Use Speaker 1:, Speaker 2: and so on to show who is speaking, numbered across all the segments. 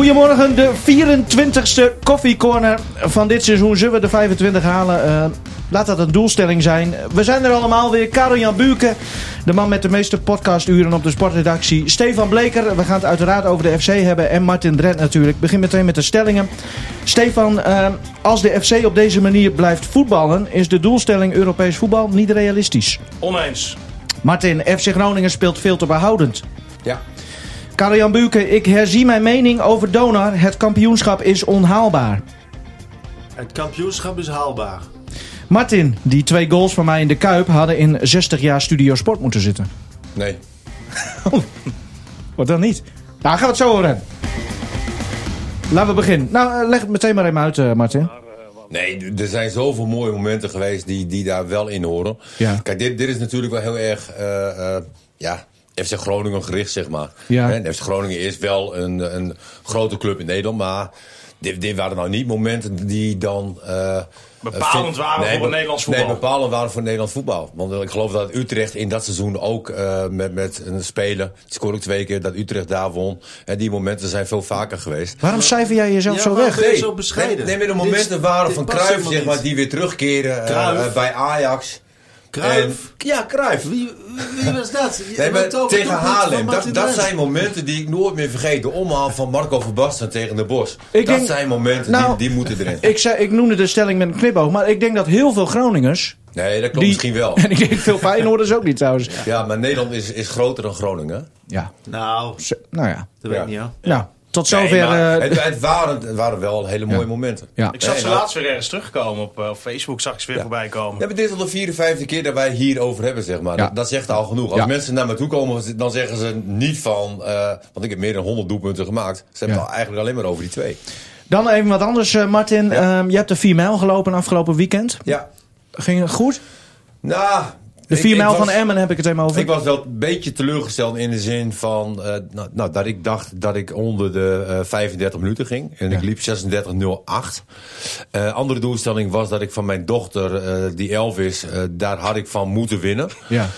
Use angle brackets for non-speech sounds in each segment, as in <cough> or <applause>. Speaker 1: Goedemorgen, de 24e koffiecorner van dit seizoen. Zullen we de 25 halen? Eh, laat dat een doelstelling zijn. We zijn er allemaal weer. Karel-Jan Buuken, de man met de meeste podcasturen op de sportredactie. Stefan Bleker, we gaan het uiteraard over de FC hebben. En Martin Drent natuurlijk. Ik begin meteen met de stellingen. Stefan, eh, als de FC op deze manier blijft voetballen... is de doelstelling Europees voetbal niet realistisch.
Speaker 2: Oneens.
Speaker 1: Martin, FC Groningen speelt veel te behoudend.
Speaker 3: Ja.
Speaker 1: Karel-Jan Buuken, ik herzie mijn mening over Donar. Het kampioenschap is onhaalbaar.
Speaker 2: Het kampioenschap is haalbaar.
Speaker 1: Martin, die twee goals van mij in de Kuip hadden in 60 jaar Studio Sport moeten zitten.
Speaker 3: Nee.
Speaker 1: Wat dan niet? Nou, gaan we het zo horen. Laten we beginnen. Nou, eh, leg het meteen maar even uit, eh, Martin.
Speaker 3: Nee, d- er zijn zoveel mooie momenten geweest die, die daar wel in horen.
Speaker 1: Ja.
Speaker 3: Kijk, dit, dit is natuurlijk wel heel erg, eh, eh, ja, FC Groningen gericht, zeg maar.
Speaker 1: Ja.
Speaker 3: En FC Groningen is wel een, een grote club in Nederland, maar dit, dit waren nou niet momenten die dan... eh,
Speaker 2: Bepalend
Speaker 3: eh,
Speaker 2: waren voor het
Speaker 3: be-
Speaker 2: Nederlands voetbal.
Speaker 3: Nee, bepalend waren voor het Nederlands voetbal. Want eh, ik geloof dat Utrecht in dat seizoen ook eh, met, met een speler, het scoorde ook twee keer, dat Utrecht daar won. En die momenten zijn veel vaker geweest.
Speaker 1: Waarom cijfer jij jezelf
Speaker 2: Ja,
Speaker 1: zo
Speaker 2: maar-
Speaker 1: weg?
Speaker 2: ben je zo bescheiden?
Speaker 3: Nee, nee, maar de
Speaker 2: Dit is-
Speaker 3: momenten waren
Speaker 2: dit
Speaker 3: van
Speaker 2: past
Speaker 3: Cruijff,
Speaker 2: helemaal
Speaker 3: zeg maar,
Speaker 2: niet.
Speaker 3: die weer terugkeren eh,
Speaker 2: Cruijff?
Speaker 3: eh, bij Ajax.
Speaker 2: Cruijff?
Speaker 3: En- ja, Cruijff.
Speaker 2: Wie, wie was dat? Je
Speaker 3: <laughs> Nee, maar
Speaker 2: bent ook
Speaker 3: tegen
Speaker 2: een doelpunt van
Speaker 3: Haarlem, dat,
Speaker 2: Martin
Speaker 3: dat
Speaker 2: Drent.
Speaker 3: zijn momenten die ik nooit meer vergeet. De omhaal van Marco Verbasten tegen de Bos.
Speaker 1: Ik
Speaker 3: dat
Speaker 1: denk-
Speaker 3: zijn momenten
Speaker 1: Nou,
Speaker 3: die, die moeten erin.
Speaker 1: Ik, zei, ik noemde de stelling met een knipoog, maar ik denk dat heel veel Groningers...
Speaker 3: Nee, dat klopt
Speaker 1: die-
Speaker 3: misschien wel.
Speaker 1: <laughs> En ik denk veel Feyenoorders ook niet trouwens.
Speaker 3: Ja, maar Nederland is, is groter dan Groningen.
Speaker 1: Ja,
Speaker 2: Nou,
Speaker 1: ze- nou ja.
Speaker 2: dat weet
Speaker 3: Ja.
Speaker 2: ik niet hoor.
Speaker 1: Nou, tot
Speaker 3: Nee,
Speaker 1: zover...
Speaker 3: maar
Speaker 1: eh,
Speaker 3: het, het waren, het waren wel hele mooie momenten.
Speaker 1: ja.
Speaker 2: Ik zag
Speaker 3: Nee,
Speaker 2: ze
Speaker 3: nou-
Speaker 2: laatst weer ergens terugkomen. Op eh, Facebook zag ik ze weer voorbij komen. Dus
Speaker 3: Ja, maar dit is al de vierde, vijfde keer dat wij hierover hebben, zeg maar.
Speaker 1: Ja.
Speaker 3: Dat, dat zegt al genoeg. Als
Speaker 1: Ja.
Speaker 3: mensen naar me toe komen, dan zeggen ze niet van... eh, want ik heb meer dan 100 doelpunten gemaakt. Ze hebben
Speaker 1: Ja.
Speaker 3: het al eigenlijk alleen maar over die twee.
Speaker 1: Dan even wat anders, eh, Martin. Ehm, je hebt de 4 mijl gelopen afgelopen weekend.
Speaker 3: Ja.
Speaker 1: Ging het goed?
Speaker 3: Nou...
Speaker 1: De
Speaker 3: ik-
Speaker 1: 4
Speaker 3: ik
Speaker 1: mijl van
Speaker 3: was-
Speaker 1: Emmen heb ik het helemaal over.
Speaker 3: Ik was wel een beetje teleurgesteld in de zin van... eh, nou, nou, dat ik dacht dat ik onder de eh, 35 minuten ging. En
Speaker 1: Ja.
Speaker 3: ik liep 36,08. Eh andere doelstelling was dat ik van mijn dochter, eh, die 11 is... eh, daar had ik van moeten winnen.
Speaker 1: Ja.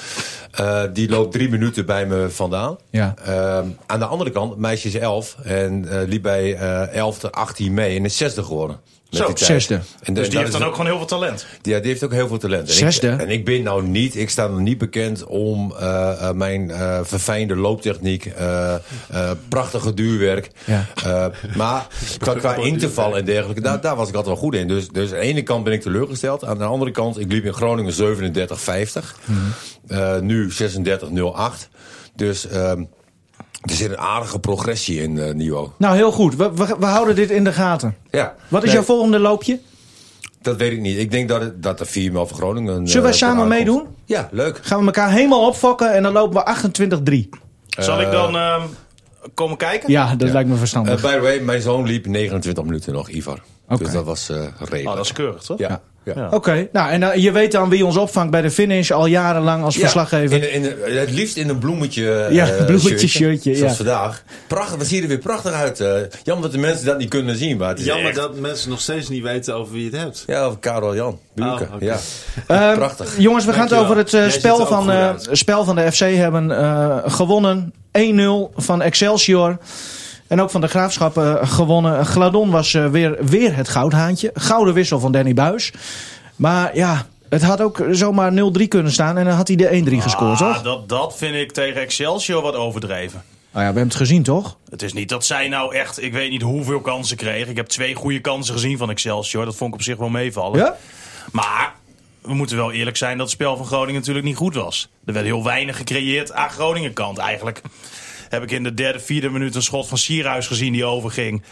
Speaker 3: Eh, die loopt drie minuten bij me vandaan.
Speaker 1: Ja.
Speaker 3: Ehm, aan de andere kant, meisje is elf en eh, liep bij eh elf de 18 mee en is zesde geworden. met
Speaker 2: Zo,
Speaker 3: die tijd.
Speaker 1: zesde.
Speaker 3: En
Speaker 2: Dus die heeft dan
Speaker 3: ook
Speaker 2: ook gewoon heel veel talent.
Speaker 3: ja, die heeft ook heel veel talent. En
Speaker 1: Zesde.
Speaker 3: Ik, en ik ben nou niet, ik sta nog niet bekend om eh, eh, mijn eh, verfijnde looptechniek, eh, eh, prachtige duurwerk.
Speaker 1: Ja.
Speaker 3: Eh, maar qua, qua interval en dergelijke, daar, daar was ik altijd wel goed in. Dus, dus aan de ene kant ben ik teleurgesteld. Aan de andere kant, ik liep in Groningen 37,50.
Speaker 1: Mhm.
Speaker 3: Eh, nu 36,08. Dus ehm, er zit een aardige progressie in eh niveau.
Speaker 1: Nou, heel goed. We, we, we houden dit in de gaten.
Speaker 3: Ja.
Speaker 1: Wat is
Speaker 3: Nee,
Speaker 1: jouw volgende loopje?
Speaker 3: Dat weet ik niet. Ik denk dat, het, dat de 4 van Groningen. eh,
Speaker 1: Zullen wij
Speaker 3: ten
Speaker 1: samen
Speaker 3: aankomst-
Speaker 1: meedoen?
Speaker 3: Ja, leuk.
Speaker 1: Gaan we elkaar helemaal opfokken en dan lopen we 28-3.
Speaker 2: Zal ik dan ehm, komen kijken?
Speaker 1: Ja, dat lijkt me verstandig.
Speaker 3: Eh, by the way, mijn zoon liep 29 minuten nog, Ivar.
Speaker 1: Oké.
Speaker 3: Dus dat was eh redelijk.
Speaker 2: Oh, dat is keurig, toch?
Speaker 3: Ja. ja.
Speaker 2: Ja.
Speaker 1: Oké, nou en dan- je weet dan wie ons opvangt bij de finish al jarenlang als
Speaker 3: Ja,
Speaker 1: verslaggever.
Speaker 3: In, in, eh, het liefst in een bloemetje eh,
Speaker 1: Ja, bloemetje shirtje,
Speaker 3: Zoals
Speaker 1: ja.
Speaker 3: vandaag. Prachtig, we zien er weer prachtig uit. eh. jammer dat de mensen dat niet kunnen zien. Maar het is
Speaker 4: Jammer
Speaker 3: echt-
Speaker 4: dat mensen nog steeds niet weten over wie het hebt.
Speaker 3: Ja, of Karel Jan. Buurke.
Speaker 2: Ah,
Speaker 4: Oh, oké.
Speaker 3: ja.
Speaker 1: Ehm,
Speaker 3: prachtig.
Speaker 1: Jongens, we gaan het
Speaker 4: Dankjewel.
Speaker 1: over het eh,
Speaker 4: Jij ziet er
Speaker 1: spel,
Speaker 4: ook
Speaker 1: van,
Speaker 4: goed
Speaker 1: eh,
Speaker 4: uit.
Speaker 1: spel van de FC hebben eh, gewonnen. 1-0 van Excelsior. En ook van de Graafschap eh, gewonnen. Gladon was eh, weer, weer het goudhaantje. Gouden wissel van Danny Buis. Maar ja, het had ook zomaar 0-3 kunnen staan. En dan had hij de 1-3 gescoord, toch?
Speaker 2: Ah, dat, dat vind ik tegen Excelsior wat overdreven.
Speaker 1: Nou ja, we hebben het gezien, toch?
Speaker 2: Het is niet dat zij nou echt, ik weet niet hoeveel kansen kregen. Ik heb twee goede kansen gezien van Excelsior. Dat vond ik op zich wel meevallen.
Speaker 1: Ja?
Speaker 2: Maar we moeten wel eerlijk zijn dat het spel van Groningen natuurlijk niet goed was. Er werd heel weinig gecreëerd aan Groningen kant. Eigenlijk heb ik in de derde, vierde minuut een schot van Sierhuis gezien die overging.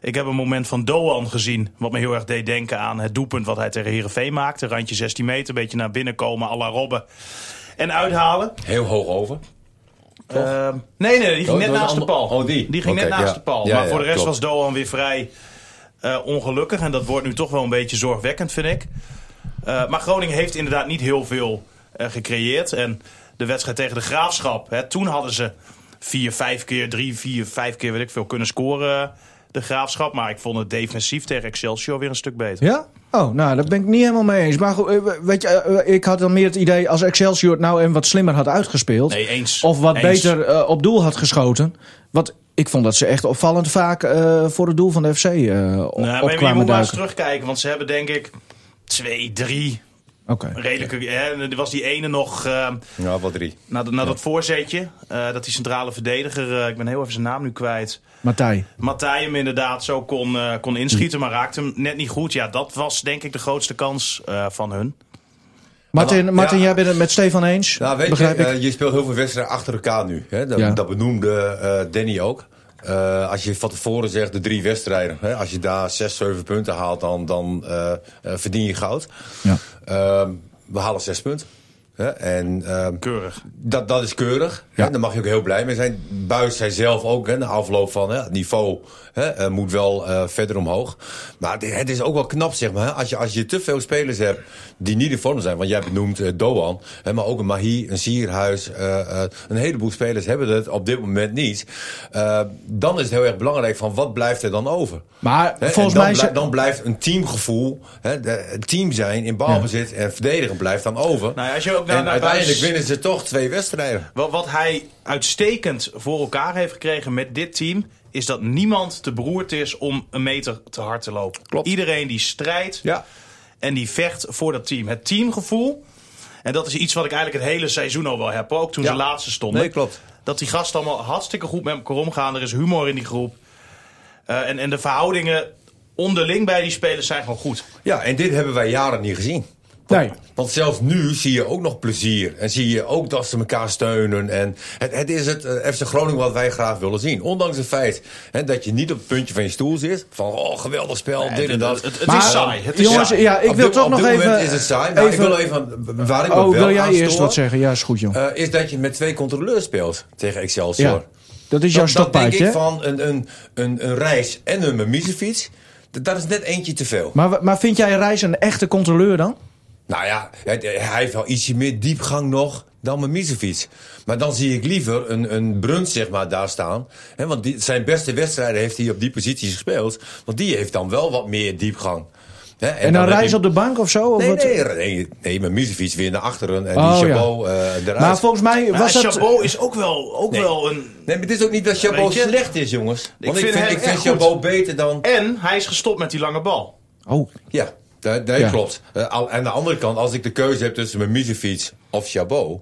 Speaker 2: Ik heb een moment van Doan gezien, wat me heel erg deed denken aan het doelpunt wat hij tegen Herenveen maakte. Randje 16 meter, een beetje naar binnen komen, à la Robben. En uithalen.
Speaker 3: Heel hoog over.
Speaker 2: Ehm, nee, nee, die ging
Speaker 3: Oh,
Speaker 2: net
Speaker 3: dat was
Speaker 2: naast
Speaker 3: een
Speaker 2: de pal.
Speaker 3: ander- oh, die.
Speaker 2: ging net
Speaker 3: Oké,
Speaker 2: naast
Speaker 3: ja.
Speaker 2: de pal.
Speaker 3: Ja,
Speaker 2: maar
Speaker 3: ja,
Speaker 2: voor de rest
Speaker 3: klopt.
Speaker 2: was Doan weer vrij eh, ongelukkig. En dat wordt nu toch wel een beetje zorgwekkend, vind ik. Eh, maar Groningen heeft inderdaad niet heel veel eh, gecreëerd. En de wedstrijd tegen de Graafschap. Hè, toen hadden ze vier, vijf keer, drie, vier, vijf keer, weet ik veel, kunnen scoren. eh, de Graafschap. Maar ik vond het defensief tegen Excelsior weer een stuk beter.
Speaker 1: Ja? Oh, nou, daar ben ik niet helemaal mee eens. Maar goed, eh, weet je, eh, ik had dan meer het idee als Excelsior het nou even wat slimmer had uitgespeeld.
Speaker 2: Nee, eens.
Speaker 1: Of wat
Speaker 2: Eens.
Speaker 1: beter eh, op doel had geschoten. Want Ik vond dat ze echt opvallend vaak eh, voor het doel van de FC eh op-
Speaker 2: Nou, maar
Speaker 1: opkwamen
Speaker 2: je moet maar eens
Speaker 1: duiken.
Speaker 2: terugkijken, want ze hebben denk ik twee, drie
Speaker 1: Oké.
Speaker 2: redelijke... Hè, eh, er was die ene nog eh,
Speaker 3: Ja, wel drie.
Speaker 2: na, de- na dat voorzetje, eh, dat die centrale verdediger, eh, ik ben heel even zijn naam nu kwijt...
Speaker 1: Matthij.
Speaker 2: Matthij hem inderdaad zo kon, eh, kon inschieten, maar raakte hem net niet goed. Ja, dat was denk ik de grootste kans eh, van hun.
Speaker 1: Martin,
Speaker 3: Ja.
Speaker 1: Martin jij bent het met Stefan eens.
Speaker 3: Nou, weet
Speaker 1: begrijp
Speaker 3: je,
Speaker 1: ik.
Speaker 3: eh, je speelt heel veel wedstrijden achter elkaar nu. Hè? Dat,
Speaker 1: Ja.
Speaker 3: dat benoemde eh, Danny ook. Eh, als je van tevoren zegt de drie wedstrijden, hè, als je daar zes, zeven punten haalt, dan, dan eh, eh, verdien je goud.
Speaker 1: ja.
Speaker 3: Ehm, we halen zes punten. Hè? En ehm,
Speaker 2: Keurig.
Speaker 3: dat, dat is keurig.
Speaker 1: Ja.
Speaker 3: Hè? Daar mag je ook heel blij mee zijn. Buis zei zelf ook, hè, na afloop van hè, het niveau hè, eh, moet wel eh, verder omhoog. Maar het- het is ook wel knap, zeg maar. hè, Als je, als je te veel spelers hebt die niet in vorm zijn. Want jij benoemt eh, Doan, hè, maar ook een Mahi, een Sierhuis. eh, eh, een heleboel spelers hebben het op dit moment niet. Eh, dan is het heel erg belangrijk van wat blijft er dan over.
Speaker 1: Maar
Speaker 3: Hè, en
Speaker 1: volgens
Speaker 3: dan,
Speaker 1: mij...
Speaker 3: blij-
Speaker 1: ze-
Speaker 3: dan blijft een teamgevoel, hè, de- het team zijn in balbezit en verdedigen blijft dan over.
Speaker 2: Nou ja, als je ook naar-
Speaker 3: en
Speaker 2: naar
Speaker 3: uiteindelijk
Speaker 2: Buijs-
Speaker 3: winnen ze toch twee wedstrijden.
Speaker 2: Wat, wat hij uitstekend voor elkaar heeft gekregen met dit team... is dat niemand te beroerd is om een meter te hard te lopen.
Speaker 3: Klopt.
Speaker 2: Iedereen die strijdt
Speaker 3: Ja.
Speaker 2: en die vecht voor dat team. Het teamgevoel, en dat is iets wat ik eigenlijk het hele seizoen al wel heb... ook toen
Speaker 3: Ja.
Speaker 2: ze laatste stonden.
Speaker 3: Nee, klopt.
Speaker 2: Dat die gasten allemaal hartstikke goed met elkaar omgaan. Er is humor in die groep. Eh, en, en de verhoudingen onderling bij die spelers zijn gewoon goed.
Speaker 3: Ja, en dit hebben wij jaren niet gezien.
Speaker 1: Nee.
Speaker 3: Want zelfs nu zie je ook nog plezier. En zie je ook dat ze elkaar steunen. En het, het is het eh, FC Groningen wat wij graag willen zien. Ondanks het feit hè, dat je niet op het puntje van je stoel zit. Van oh, geweldig spel, dit en dat.
Speaker 2: Het, het, het
Speaker 1: Maar,
Speaker 2: is saai. Het is
Speaker 1: jongens,
Speaker 2: saai.
Speaker 1: ja, ik
Speaker 3: Op
Speaker 1: wil
Speaker 3: dit-
Speaker 1: toch
Speaker 3: op
Speaker 1: nog
Speaker 3: dit
Speaker 1: even...
Speaker 3: moment is het saai. Maar ik wil even, waar ik me
Speaker 1: oh,
Speaker 3: wel
Speaker 1: wil jij
Speaker 3: aan
Speaker 1: eerst
Speaker 3: stoor,
Speaker 1: wat zeggen? Ja, is goed, joh.
Speaker 3: eh, is dat je met twee controleurs speelt tegen Excelsior.
Speaker 1: ja. Dat is jouw
Speaker 3: Dat- dat denk
Speaker 1: stokpaardje.
Speaker 3: ik
Speaker 1: hè?
Speaker 3: van een, een, een, een reis en een mimisefiets. Dat, dat is net eentje te veel.
Speaker 1: Maar, wa- maar vind jij Reis een echte controleur dan?
Speaker 3: Nou ja, het- hij heeft wel ietsje meer diepgang nog dan Mimicevic. Maar dan zie ik liever een, een Bruns zeg maar, daar staan. Hè, want die, zijn beste wedstrijden heeft hij op die posities gespeeld. Want die heeft dan wel wat meer diepgang. Hè,
Speaker 1: En, dan,
Speaker 3: heb
Speaker 1: Reis
Speaker 3: je-
Speaker 1: op de bank of zo? Of
Speaker 3: Nee,
Speaker 1: wat?
Speaker 3: nee, nee, nee Mimicevic weer naar achteren en
Speaker 1: Oh,
Speaker 3: die
Speaker 1: ja.
Speaker 3: Chabot eh, eruit.
Speaker 1: Maar volgens mij
Speaker 2: Maar
Speaker 1: was dat...
Speaker 2: Nou, Chabot is ook wel, ook wel een...
Speaker 3: nee, maar het is ook niet dat Chabot
Speaker 2: Weet je?
Speaker 3: slecht is, jongens. Want ik
Speaker 2: vind
Speaker 3: vind,
Speaker 2: hem
Speaker 3: ik vind
Speaker 2: echt goed.
Speaker 3: Chabot beter dan...
Speaker 2: En hij is gestopt met die lange bal.
Speaker 1: Oh,
Speaker 3: Ja, dat, dat
Speaker 1: Ja.
Speaker 3: klopt. Eh, al- aan de andere kant, als ik de keuze heb tussen Mimicevic of Chabot...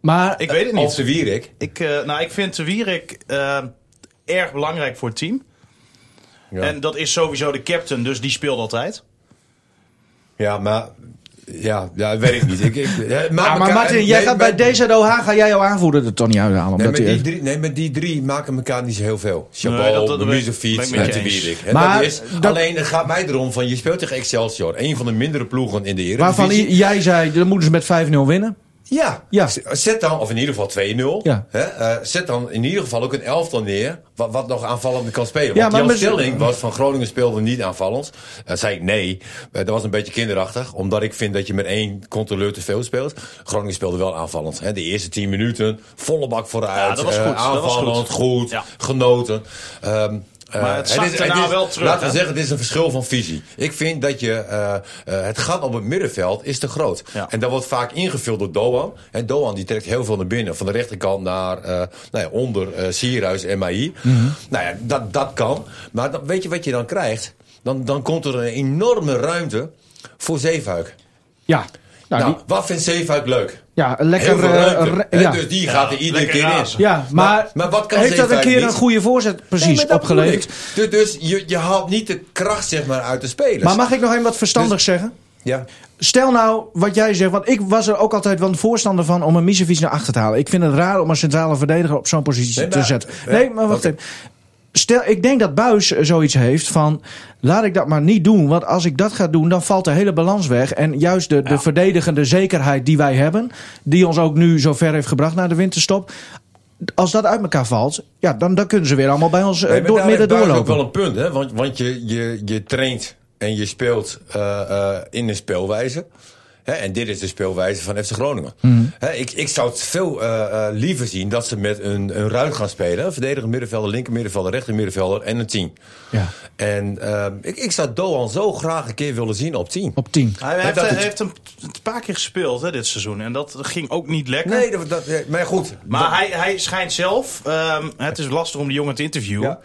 Speaker 1: maar...
Speaker 2: Ik weet het
Speaker 3: of
Speaker 2: niet.
Speaker 3: de Wierik...
Speaker 2: Ik, eh, nou, ik vind de Wierik eh, erg belangrijk voor het team.
Speaker 3: Ja.
Speaker 2: En dat is sowieso de captain, dus die speelt altijd.
Speaker 3: Ja, maar. Ja, ja dat weet ik niet. Ik, ik, hè, maak
Speaker 1: Ah, maar
Speaker 3: elkaar-
Speaker 1: Martin, jij
Speaker 3: nee,
Speaker 1: gaat
Speaker 3: maar-
Speaker 1: bij DZOH, ga jij jouw aanvoerder er toch niet uithalen? Omdat
Speaker 3: Nee maar,
Speaker 1: die
Speaker 3: die
Speaker 1: echt-
Speaker 3: drie, nee, maar die drie maken elkaar niet zo heel veel.
Speaker 2: Nee, dat-
Speaker 3: Chabot,
Speaker 2: dat
Speaker 3: nee,
Speaker 2: ben- ben ik met
Speaker 3: en
Speaker 2: je
Speaker 3: de
Speaker 2: eens.
Speaker 3: Wierik. Hè,
Speaker 1: Maar
Speaker 3: dat is,
Speaker 1: dat-
Speaker 3: alleen het gaat mij erom van, je speelt tegen Excelsior. Een van de mindere ploegen in de Eredivisie.
Speaker 1: waarvan i- jij zei, dan moeten ze met 5-0 winnen.
Speaker 3: Ja,
Speaker 1: Ja.
Speaker 3: Z- zet dan, of in ieder geval 2-0.
Speaker 1: Ja.
Speaker 3: Hè, eh, zet dan in ieder geval ook een elftal neer. Wat, wat nog aanvallend kan
Speaker 1: Ja,
Speaker 3: spelen. Want
Speaker 1: maar
Speaker 3: jouw
Speaker 1: met-
Speaker 3: stelling was van Groningen speelde niet aanvallend. Dat zei ik nee. Eh, dat was een beetje kinderachtig. Omdat ik vind dat je met één controleur te veel speelt. Groningen speelde wel aanvallend. Hè. De eerste 10 minuten, volle bak vooruit.
Speaker 2: Ja, dat was
Speaker 3: eh,
Speaker 2: goed. Dat was goed.
Speaker 3: aanvallend, goed.
Speaker 2: Ja.
Speaker 3: Genoten. Ehm, eh,
Speaker 2: Maar het zakt daarna
Speaker 3: het is-
Speaker 2: wel terug,
Speaker 3: Laten we
Speaker 2: hè?
Speaker 3: zeggen, het is een verschil van visie. Ik vind dat je eh, eh, het gat op het middenveld is te groot.
Speaker 2: Ja.
Speaker 3: En dat wordt vaak ingevuld door Doan. En Doan die trekt heel veel naar binnen. Van de rechterkant naar eh, nou ja, onder eh Sierhuis en Maï.
Speaker 2: Mhm.
Speaker 3: Nou ja, dat, dat kan. Maar dan, weet je wat je dan krijgt? Dan, dan komt er een enorme ruimte voor Zeefuik.
Speaker 1: Ja. Nou,
Speaker 3: Nou,
Speaker 1: die-
Speaker 3: wat vindt Zeefuik leuk?
Speaker 1: ja,
Speaker 3: Heel
Speaker 1: lekker...
Speaker 3: veel
Speaker 1: eh,
Speaker 3: ruimte.
Speaker 1: re-
Speaker 3: Hè,
Speaker 1: ja.
Speaker 3: Dus die gaat
Speaker 2: Ja,
Speaker 3: er iedere
Speaker 2: lekker
Speaker 3: keer in.
Speaker 2: razen.
Speaker 1: ja, maar,
Speaker 3: Maar- maar wat kan
Speaker 1: heeft dat een
Speaker 3: Zeefuik
Speaker 1: keer
Speaker 3: niet?
Speaker 1: een goede voorzet precies
Speaker 3: Nee, maar dat bedoel
Speaker 1: opgeleverd?
Speaker 3: ik. Dus, dus je, je haalt niet de kracht zeg maar, uit de spelers.
Speaker 1: Maar mag ik nog even wat
Speaker 3: dus-
Speaker 1: verstandig zeggen?
Speaker 3: ja.
Speaker 1: Stel nou wat jij zegt, want ik was er ook altijd wel een voorstander van om een Misevic naar achter te halen. Ik vind het raar om een centrale verdediger op zo'n positie
Speaker 3: Nee,
Speaker 1: te
Speaker 3: maar-
Speaker 1: zetten.
Speaker 3: ja,
Speaker 1: nee, maar wacht
Speaker 3: oké.
Speaker 1: even. Stel, ik denk dat Buis eh, zoiets heeft van. Laat ik dat maar niet doen. Want als ik dat ga doen, dan valt de hele balans weg. En juist de,
Speaker 3: Nou.
Speaker 1: de verdedigende zekerheid die wij hebben. Die ons ook nu zo ver heeft gebracht naar de winterstop. Als dat uit elkaar valt, ja, dan, dan kunnen ze weer allemaal bij ons eh,
Speaker 3: Nee, maar
Speaker 1: door het midden
Speaker 3: daar heeft Buijs
Speaker 1: doorlopen.
Speaker 3: ook wel een punt, hè? Want, want je, je, je traint en je speelt eh, eh, in een speelwijze. Hè, en dit is de speelwijze van FC Groningen.
Speaker 1: Mhm.
Speaker 3: Hè, ik, ik zou het veel eh, eh, liever zien dat ze met een, een ruit gaan spelen. Een verdedigend middenvelder, linker middenvelder, rechter middenvelder en een 10.
Speaker 1: Ja.
Speaker 3: En ehm, ik, ik zou Doan zo graag een keer willen zien op 10.
Speaker 1: Op 10.
Speaker 2: Hij
Speaker 3: Maar
Speaker 2: heeft,
Speaker 3: dat
Speaker 2: hij
Speaker 3: is-
Speaker 2: heeft hem een paar keer gespeeld hè, dit seizoen. En dat ging ook niet lekker.
Speaker 3: Nee, dat, dat, eh, maar goed.
Speaker 2: Maar hij, hij schijnt zelf, ehm, het is lastig om die jongen te interviewen.
Speaker 3: Ja.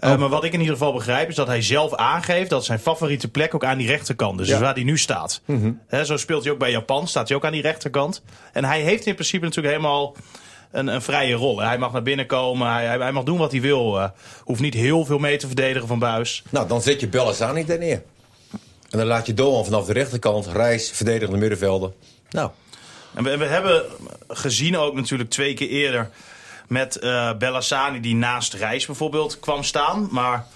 Speaker 3: Oh.
Speaker 2: Eh, maar wat ik in ieder geval begrijp is dat hij zelf aangeeft dat zijn favoriete plek ook aan die rechterkant is. Dus waar hij nu staat.
Speaker 3: Mhm.
Speaker 2: Hè, zo speelt hij ook bij Japan, staat hij ook aan die rechterkant. En hij heeft in principe natuurlijk helemaal een, een vrije rol. Hij mag naar binnen komen, hij, hij- hij mag doen wat hij wil. eh, hoeft niet heel veel mee te verdedigen van buis.
Speaker 3: Nou, dan zet je Bellazzani daar neer. En dan laat je Doan vanaf de rechterkant, Reis, verdedigende middenvelder. Nou,
Speaker 2: En we, we hebben gezien ook natuurlijk twee keer eerder met eh Bellassani die naast Reis bijvoorbeeld kwam staan. Maar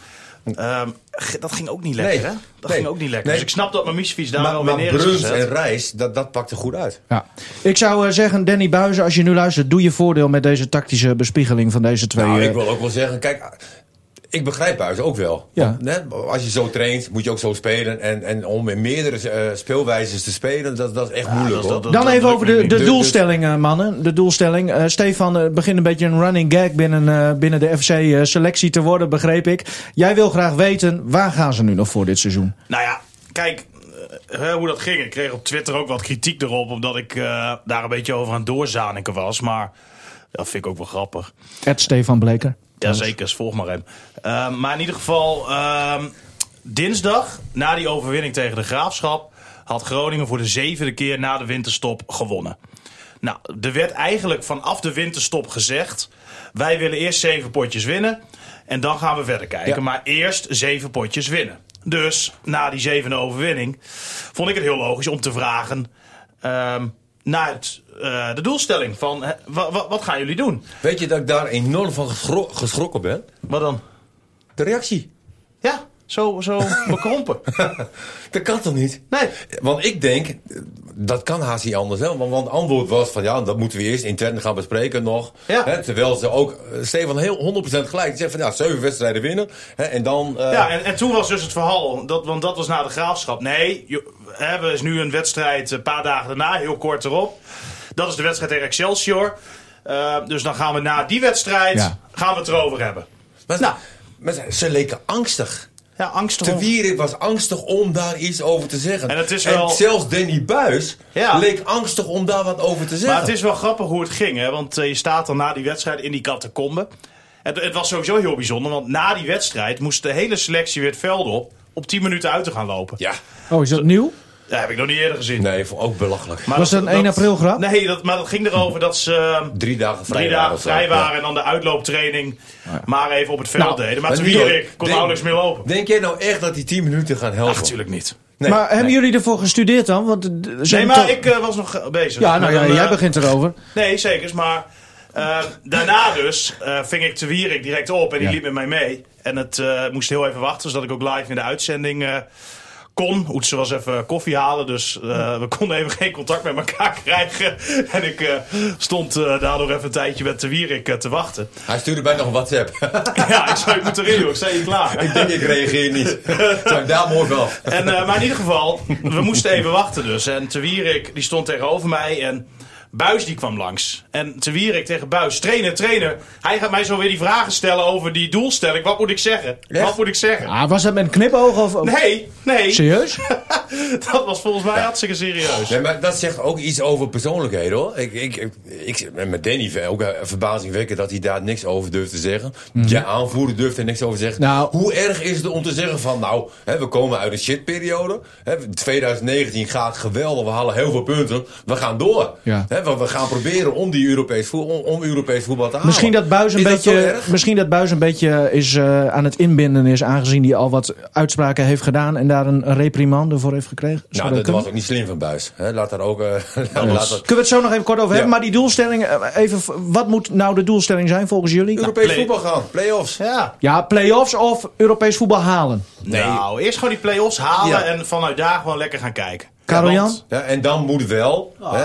Speaker 2: ehm, g- dat ging ook niet lekker,
Speaker 3: Nee.
Speaker 2: hè? Dat
Speaker 3: Nee.
Speaker 2: ging ook niet lekker.
Speaker 3: Nee.
Speaker 2: Dus ik snap dat Mamisjevic daar
Speaker 3: maar,
Speaker 2: wel
Speaker 3: maar
Speaker 2: weer neer is
Speaker 3: Bruns en
Speaker 2: gezet.
Speaker 3: Reis, dat, dat pakt er goed uit.
Speaker 1: Ja. Ik zou eh, zeggen, Danny Buizen, als je nu luistert, doe je voordeel met deze tactische bespiegeling van deze twee.
Speaker 3: Nou,
Speaker 1: eh,
Speaker 3: ik wil ook wel zeggen, kijk, ik begrijp Buijs ook wel.
Speaker 1: Ja.
Speaker 3: Want, hè, als je zo traint, moet je ook zo spelen. En, en om in meerdere eh, speelwijzes te spelen, dat, dat is echt moeilijk
Speaker 2: dat-
Speaker 3: hoor.
Speaker 2: dat-
Speaker 1: Dan even
Speaker 2: lukt
Speaker 1: over
Speaker 2: me
Speaker 1: de,
Speaker 2: niet.
Speaker 1: de
Speaker 3: Dus-
Speaker 1: doelstelling, eh, mannen. De doelstelling. Eh, Stefan, eh, begint een beetje een running gag binnen, eh, binnen de FC-selectie te worden, begreep ik. Jij wil graag weten, waar gaan ze nu nog voor dit seizoen?
Speaker 2: Nou ja, kijk eh, hè, hoe dat ging. Ik kreeg op Twitter ook wat kritiek erop, omdat ik eh, daar een beetje over aan het doorzaniken was. Maar dat vind ik ook wel grappig.
Speaker 1: Ed Stefan Bleker.
Speaker 2: Jazeker, volg maar hem. Ehm, maar in ieder geval, ehm, dinsdag, na die overwinning tegen de Graafschap, had Groningen voor de zevende keer na de winterstop gewonnen. Nou, er werd eigenlijk vanaf de winterstop gezegd: wij willen eerst zeven potjes winnen en dan gaan we verder kijken.
Speaker 3: Ja.
Speaker 2: Maar eerst zeven potjes winnen. Dus na die zevende overwinning vond ik het heel logisch om te vragen ehm, naar het, eh, de doelstelling van hè, wa- wa- wat gaan jullie doen?
Speaker 3: Weet je dat ik daar enorm van geschro- geschrokken ben?
Speaker 2: Wat dan?
Speaker 3: De reactie.
Speaker 2: Ja, zo, zo <laughs> bekrompen.
Speaker 3: Dat kan toch niet?
Speaker 2: Nee.
Speaker 3: Want ik denk, eh, dat kan haast niet anders. Hè? Want, want het antwoord was van ja, dat moeten we eerst intern gaan bespreken nog.
Speaker 2: Ja.
Speaker 3: Hè, terwijl ze ook, eh, Stefan heel 100% gelijk, die zegt van ja, zeven wedstrijden winnen. Hè, en dan... eh,
Speaker 2: Ja, en, en toen was dus het verhaal, dat, want dat was na de graafschap. Nee, je- we hebben is nu een wedstrijd eh, een paar dagen daarna, heel kort erop. Dat is de wedstrijd tegen Excelsior. Eh, dus dan gaan we na die wedstrijd
Speaker 1: Ja.
Speaker 2: gaan we het erover hebben.
Speaker 3: maar,
Speaker 2: nou. Oh.
Speaker 3: maar ze- ze leken angstig.
Speaker 2: Ja, angst
Speaker 3: Te
Speaker 2: erom.
Speaker 3: Wierik was angstig om daar iets over te zeggen.
Speaker 2: En het is wel-
Speaker 3: zelfs Danny Buis
Speaker 2: Ja.
Speaker 3: leek angstig om daar wat over te zeggen.
Speaker 2: Maar het is wel grappig hoe het ging, hè? want eh, je staat dan na die wedstrijd in die catacombe. Het, het was sowieso heel bijzonder, want na die wedstrijd moest de hele selectie weer het veld op... om 10 minuten uit te gaan lopen.
Speaker 3: Ja,
Speaker 1: Oh, is dat nieuw?
Speaker 2: Dat heb ik nog niet eerder gezien.
Speaker 3: nee, vond ik ook belachelijk.
Speaker 2: Maar
Speaker 1: Was dat een 1 april grap?
Speaker 2: Nee, dat, maar dat ging erover dat ze... eh,
Speaker 3: drie dagen vrij
Speaker 2: drie
Speaker 3: waren.
Speaker 2: dagen
Speaker 3: of zo.
Speaker 2: vrij
Speaker 3: Ja.
Speaker 2: waren en dan de uitlooptraining maar even op het veld
Speaker 1: Nou,
Speaker 2: deden. Maar
Speaker 3: Maar
Speaker 2: toen
Speaker 3: Wierik,
Speaker 2: Wierik kon
Speaker 3: denk-
Speaker 2: nauwelijks meer lopen.
Speaker 3: Denk jij nou echt dat die 10 minuten gaan helpen?
Speaker 2: Ach, natuurlijk niet.
Speaker 3: Nee.
Speaker 1: maar hebben jullie ervoor gestudeerd dan? Want, eh, d- ze
Speaker 2: Nee,
Speaker 1: hebben
Speaker 2: maar
Speaker 1: toch-
Speaker 2: ik eh, was nog eh, bezig.
Speaker 1: Ja, nou
Speaker 2: Maar
Speaker 1: ja,
Speaker 2: dan,
Speaker 1: jij
Speaker 2: eh,
Speaker 1: begint erover.
Speaker 2: Nee, zeker. Maar eh, daarna dus eh, ving ik de Wierik direct op en die liep met mij mee. En het eh, moest heel even wachten, zodat ik ook live in de uitzending eh, kon. Oetse was even koffie halen, dus eh, we konden even geen contact met elkaar <laughs> krijgen. En ik eh, stond eh, daardoor even een tijdje met de Wierik eh, te wachten. <laughs>
Speaker 3: Hij stuurde mij nog een WhatsApp. <laughs>
Speaker 2: ja, ik zei, ik moet erin, joh. Ik zei, je klaar.
Speaker 3: ik denk, ik
Speaker 2: <laughs>
Speaker 3: reageer niet. Zou ik daar mooi wel.
Speaker 2: En, eh, maar in ieder geval, we moesten even wachten dus. En Te Wierik, die stond tegenover mij en Buis die kwam langs. En Te Wierik tegen Buis, trainer, trainer. Hij gaat mij zo weer die vragen stellen over die doelstelling. Wat moet ik zeggen? Wat moet ik zeggen?
Speaker 1: Ah, was dat met een knipoog of... of-
Speaker 2: Nee, nee.
Speaker 1: Serieus?
Speaker 2: Dat was volgens mij hartstikke serieus.
Speaker 3: Nee, maar dat zegt ook iets over persoonlijkheden hoor. Ik, ik, ik, ik- en met Danny ver- ook eh, verbazingwekkend dat hij daar niks over durft te zeggen. Ja, aanvoerder durft er niks over te zeggen.
Speaker 1: Mhm. Nou.
Speaker 3: Hoe erg is het om te zeggen van nou, hè, we komen uit een shitperiode. Hè, 2019 gaat geweldig, we halen heel veel punten. We gaan door.
Speaker 1: Ja.
Speaker 3: Hè, we, we gaan proberen om, die Europees voer- om, om Europees voetbal te halen.
Speaker 1: Misschien dat Buis een
Speaker 3: Oh. Is zo
Speaker 1: beetje,
Speaker 3: erg?
Speaker 1: misschien dat Buijs een beetje is, eh, aan het inbinden is, aangezien hij al wat uitspraken heeft gedaan en daar een reprimande voor heeft gekregen. Zou
Speaker 3: Nou, dat,
Speaker 1: kunnen?
Speaker 3: was ook niet slim van Buis. Hè, laat daar ook... eh, <laughs> laat dat,
Speaker 1: Kunnen we het zo nog even kort over hebben?
Speaker 3: Ja.
Speaker 1: Maar die doelstelling, eh, even, v- wat moet nou de doelstelling zijn volgens jullie? Nou,
Speaker 3: Europees
Speaker 2: play-
Speaker 3: voetbal gaan, play-offs.
Speaker 2: Ja.
Speaker 1: Ja, play-offs of Europees voetbal halen?
Speaker 2: Nee. Nou, eerst gewoon die play-offs halen
Speaker 3: Ja.
Speaker 2: en vanuit daar gewoon lekker gaan kijken.
Speaker 1: Karel-Jan?
Speaker 2: Want-
Speaker 4: Ah,
Speaker 3: Ja, en dan moet wel. Hè,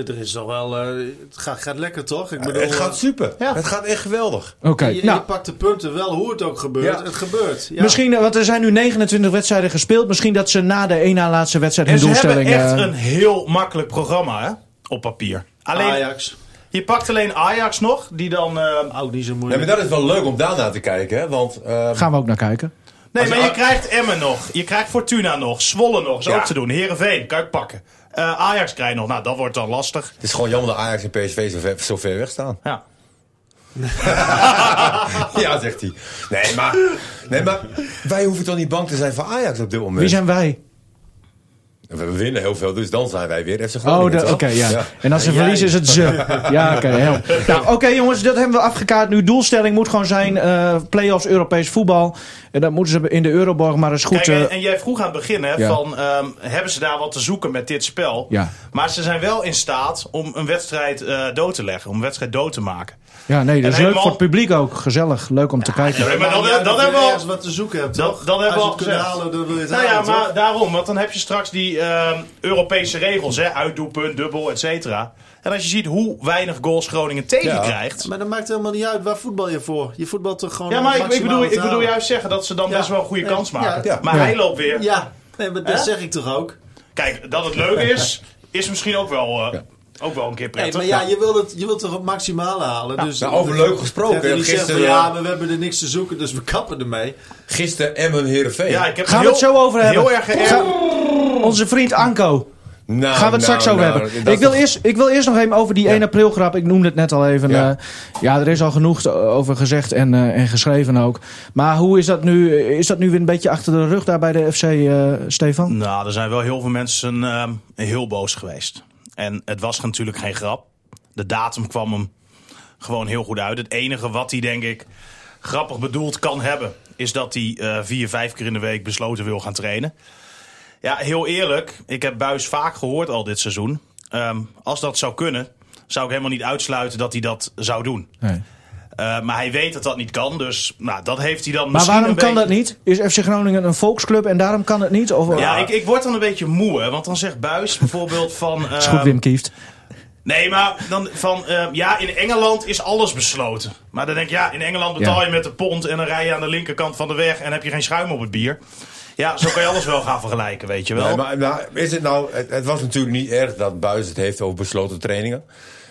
Speaker 4: Er er is toch wel... eh, het gaat, gaat lekker, toch? Ik bedoel,
Speaker 3: Het gaat
Speaker 4: eh,
Speaker 3: super.
Speaker 1: Ja.
Speaker 3: Het gaat echt geweldig.
Speaker 1: Oké,
Speaker 4: je, je
Speaker 1: nou,
Speaker 4: pakt de punten wel, hoe het ook gebeurt.
Speaker 3: Ja.
Speaker 4: Het gebeurt. Ja.
Speaker 1: misschien, eh, want er zijn nu 29 wedstrijden gespeeld. Misschien dat ze na de één na laatste wedstrijd hun
Speaker 2: En ze hebben
Speaker 1: doelstelling...
Speaker 2: echt
Speaker 1: eh,
Speaker 2: een heel makkelijk programma, hè? Op papier. Alleen,
Speaker 4: Ajax.
Speaker 2: je pakt alleen Ajax nog, die dan... eh,
Speaker 4: Ook niet zo
Speaker 3: Ja,
Speaker 4: moeilijk.
Speaker 3: maar dat is wel leuk om daarna te kijken, hè? Want eh,
Speaker 1: Gaan we ook naar kijken.
Speaker 2: nee, maar
Speaker 3: Ajax-
Speaker 2: je krijgt Emmen nog. Je krijgt Fortuna nog. Zwolle nog, is
Speaker 3: Ja.
Speaker 2: ook te doen. Heerenveen, kan ik pakken. Eh, Ajax krijg je nog. Nou, dat wordt dan lastig.
Speaker 3: het is gewoon jammer dat Ajax en PSV zo ver, zo ver weg staan. <laughs>
Speaker 2: Ja.
Speaker 3: ja, zegt hij. Nee maar, nee, maar wij hoeven toch niet bang te zijn voor Ajax op dit moment?
Speaker 1: Wie zijn wij?
Speaker 3: We winnen heel veel, dus dan zijn wij weer FC
Speaker 1: Oh,
Speaker 3: Groningen.
Speaker 1: de- oké,
Speaker 3: toch?
Speaker 1: ja.
Speaker 3: Ja.
Speaker 1: En als ze
Speaker 4: En jij.
Speaker 1: verliezen is het ze. Ja, oké, help. Nou, oké jongens, dat hebben we afgekaart nu. Doelstelling moet gewoon zijn, eh play-offs Europees voetbal. En dat moeten ze in de Euroborg maar eens goed...
Speaker 2: Kijk, en,
Speaker 1: eh,
Speaker 2: en jij vroeg aan het begin hè,
Speaker 1: Ja.
Speaker 2: van ehm, hebben ze daar wat te zoeken met dit spel?
Speaker 1: Ja.
Speaker 2: Maar ze zijn wel in staat om een wedstrijd eh, dood te leggen, om een wedstrijd dood te maken.
Speaker 1: ja, nee, dat is
Speaker 2: en
Speaker 1: leuk
Speaker 2: helemaal-
Speaker 1: voor het publiek ook. Gezellig, leuk om te kijken.
Speaker 2: maar dan-
Speaker 4: Maakt niet uit
Speaker 2: dan
Speaker 4: of je
Speaker 2: hebben we al-
Speaker 4: ergens wat te zoeken hebt,
Speaker 2: Dat,
Speaker 4: toch?
Speaker 2: dat hebben
Speaker 4: Als
Speaker 2: we
Speaker 4: je
Speaker 2: al
Speaker 4: het kunt
Speaker 2: gezegd.
Speaker 4: halen, dan wil je het
Speaker 2: nou ja,
Speaker 4: halen,
Speaker 2: maar
Speaker 4: toch?
Speaker 2: daarom, want dan heb je straks die ehm, Europese regels, hè, uitdoelpunt, dubbel, et cetera. En als je ziet hoe weinig goals Groningen tegenkrijgt. Ja.
Speaker 4: Maar dat maakt helemaal niet uit. Waar voetbal je voor? Je voetbalt toch gewoon om
Speaker 2: maar ik,
Speaker 4: het
Speaker 2: ik, bedoel,
Speaker 4: maximaal
Speaker 2: ik
Speaker 4: te
Speaker 2: bedoel
Speaker 4: halen.
Speaker 2: juist zeggen dat ze dan
Speaker 4: Ja.
Speaker 2: best wel een goede
Speaker 4: Nee,
Speaker 2: kans
Speaker 4: ja.
Speaker 2: maken.
Speaker 3: Ja.
Speaker 2: Maar
Speaker 1: Ja.
Speaker 2: hij loopt weer.
Speaker 4: Ja, nee, maar dat
Speaker 2: Hè?
Speaker 4: zeg ik toch ook?
Speaker 2: Kijk, dat het leuk is, is misschien ook wel, eh, ook wel een keer
Speaker 4: Nee,
Speaker 2: prettig.
Speaker 4: maar ja, je wilt het, je wilt toch het maximale halen. Dus,
Speaker 3: Nou, over leuk gesproken,
Speaker 4: Gisteren,
Speaker 3: hè, gisteren,
Speaker 4: zeggen, ja,
Speaker 3: eh,
Speaker 4: maar we hebben er niks te zoeken, dus we kappen ermee.
Speaker 3: Gisteren Emmen Heerenveen.
Speaker 2: Ja, ik heb
Speaker 1: Gaan we
Speaker 2: heel-
Speaker 1: het zo over hebben?
Speaker 2: Heel erg geërgerd.
Speaker 1: Ga- onze vriend Anko. Gaan
Speaker 3: Nou,
Speaker 1: we het
Speaker 3: nou,
Speaker 1: straks over
Speaker 3: nou,
Speaker 1: hebben.
Speaker 3: dat
Speaker 1: Ik wil,
Speaker 3: is-
Speaker 1: eerst, ik wil eerst nog even over die 1 april grap. Ik noemde het net al even.
Speaker 3: Ja.
Speaker 1: Ja, ja er is al genoeg te- over gezegd en, eh, en geschreven ook. Maar hoe is dat nu? Is dat nu weer een beetje achter de rug daar bij de FC, eh, Stefan?
Speaker 2: Nou, er zijn wel heel veel mensen ehm, heel boos geweest. En het was natuurlijk geen grap. De datum kwam hem gewoon heel goed uit. Het enige wat hij, denk ik, grappig bedoeld kan hebben... is dat hij eh, vier, vijf keer in de week besloten wil gaan trainen. Ja, heel eerlijk. Ik heb Buis vaak gehoord al dit seizoen. Ehm, als dat zou kunnen, zou ik helemaal niet uitsluiten dat hij dat zou doen.
Speaker 1: Nee.
Speaker 2: Eh, maar hij weet dat dat niet kan, dus nou, dat heeft hij dan
Speaker 1: Maar
Speaker 2: misschien
Speaker 1: waarom
Speaker 2: een
Speaker 1: kan
Speaker 2: beetje-
Speaker 1: dat niet? Is FC Groningen een volksclub en daarom kan het niet? Of, eh,
Speaker 2: Ja, ik, ik word dan een beetje moe, hè, want dan zegt
Speaker 1: <laughs>
Speaker 2: Buis bijvoorbeeld van.
Speaker 1: is goed,
Speaker 2: ehm,
Speaker 1: Wim Kieft.
Speaker 2: Nee, maar dan van ehm, ja, in Engeland is alles besloten. Maar dan denk je, ja, in Engeland betaal
Speaker 1: Ja.
Speaker 2: je met de pond en dan rij je aan de linkerkant van de weg en heb je geen schuim op het bier. Ja, zo kan je alles wel gaan vergelijken, weet je wel.
Speaker 3: Nee, maar, maar is het nou, het, het was natuurlijk niet erg dat Buis het heeft over besloten trainingen.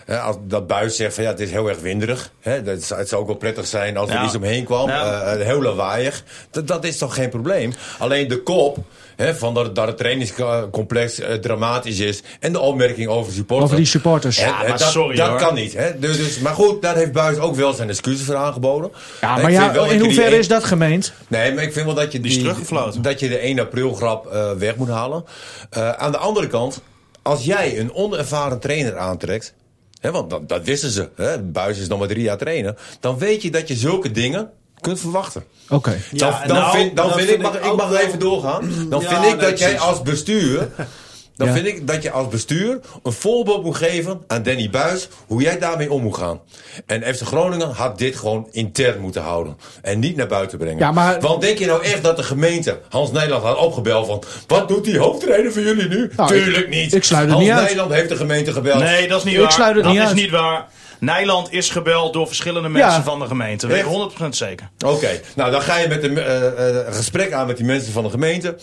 Speaker 3: Hè, als dat Buis zegt van ja, het is heel erg winderig. Hè, dat, zou- het zou ook wel prettig zijn als er
Speaker 2: Ja.
Speaker 3: iets omheen kwam.
Speaker 2: Ja.
Speaker 3: eh, heel lawaaiig. Dat, dat is toch geen probleem. Alleen de kop hè, van dat, dat het trainingscomplex eh, dramatisch is. En de opmerking over supporters.
Speaker 1: Over die supporters.
Speaker 3: Hè,
Speaker 1: Ja,
Speaker 3: hè,
Speaker 2: maar
Speaker 3: dat,
Speaker 2: sorry,
Speaker 3: dat
Speaker 2: hoor.
Speaker 3: kan niet. Hè. Dus, dus, maar goed, daar heeft Buis ook wel zijn excuses voor aangeboden.
Speaker 1: Ja,
Speaker 3: Ik
Speaker 1: maar
Speaker 3: vind
Speaker 1: ja,
Speaker 3: wel dat
Speaker 1: in
Speaker 3: je die
Speaker 1: hoeverre
Speaker 3: een-
Speaker 1: is dat gemeend?
Speaker 3: Nee, maar ik vind wel dat je,
Speaker 2: is teruggefloten.
Speaker 3: dat je de 1 april grap eh, weg moet halen. Eh, aan de andere kant, als jij een onervaren trainer aantrekt. Hè, want dat, dat wisten ze. Hè, Buis is nog maar drie jaar trainen. Dan weet je dat je zulke dingen kunt verwachten.
Speaker 1: Oké.
Speaker 4: Ja,
Speaker 3: dan
Speaker 4: en
Speaker 3: dan,
Speaker 4: nou,
Speaker 3: vind, dan
Speaker 4: dat
Speaker 3: vind ik,
Speaker 4: vind
Speaker 3: mag,
Speaker 4: ik
Speaker 3: ik
Speaker 4: ook
Speaker 3: mag
Speaker 4: wel-
Speaker 3: even
Speaker 4: <clears throat>
Speaker 3: doorgaan. Dan
Speaker 4: Ja,
Speaker 3: vind ik
Speaker 4: nee,
Speaker 3: dat jij
Speaker 4: precies.
Speaker 3: als
Speaker 4: <laughs>
Speaker 3: bestuur. Dan
Speaker 1: Ja.
Speaker 3: vind ik dat je als bestuur een voorbeeld moet geven aan Danny Buis hoe jij daarmee om moet gaan. En FC Groningen had dit gewoon intern moeten houden en niet naar buiten brengen.
Speaker 1: Ja, maar-
Speaker 3: Want denk je nou echt dat de gemeente Hans Nederland had opgebeld van wat doet die hoofdtrainer van jullie nu?
Speaker 1: Nou, ik-
Speaker 3: Tuurlijk niet.
Speaker 1: ik sluit het
Speaker 3: Hans
Speaker 1: niet uit.
Speaker 3: Nederland heeft de gemeente gebeld.
Speaker 2: nee, dat is niet
Speaker 1: Ik
Speaker 2: waar.
Speaker 1: sluit het
Speaker 2: dat
Speaker 1: niet
Speaker 2: is
Speaker 1: uit.
Speaker 2: niet waar. Nijland is gebeld door verschillende mensen
Speaker 1: Ja.
Speaker 2: van de gemeente. Weet ik
Speaker 3: Echt?
Speaker 2: 100% zeker.
Speaker 3: Oké, nou dan ga je met een eh, eh, gesprek aan met die mensen van de gemeente.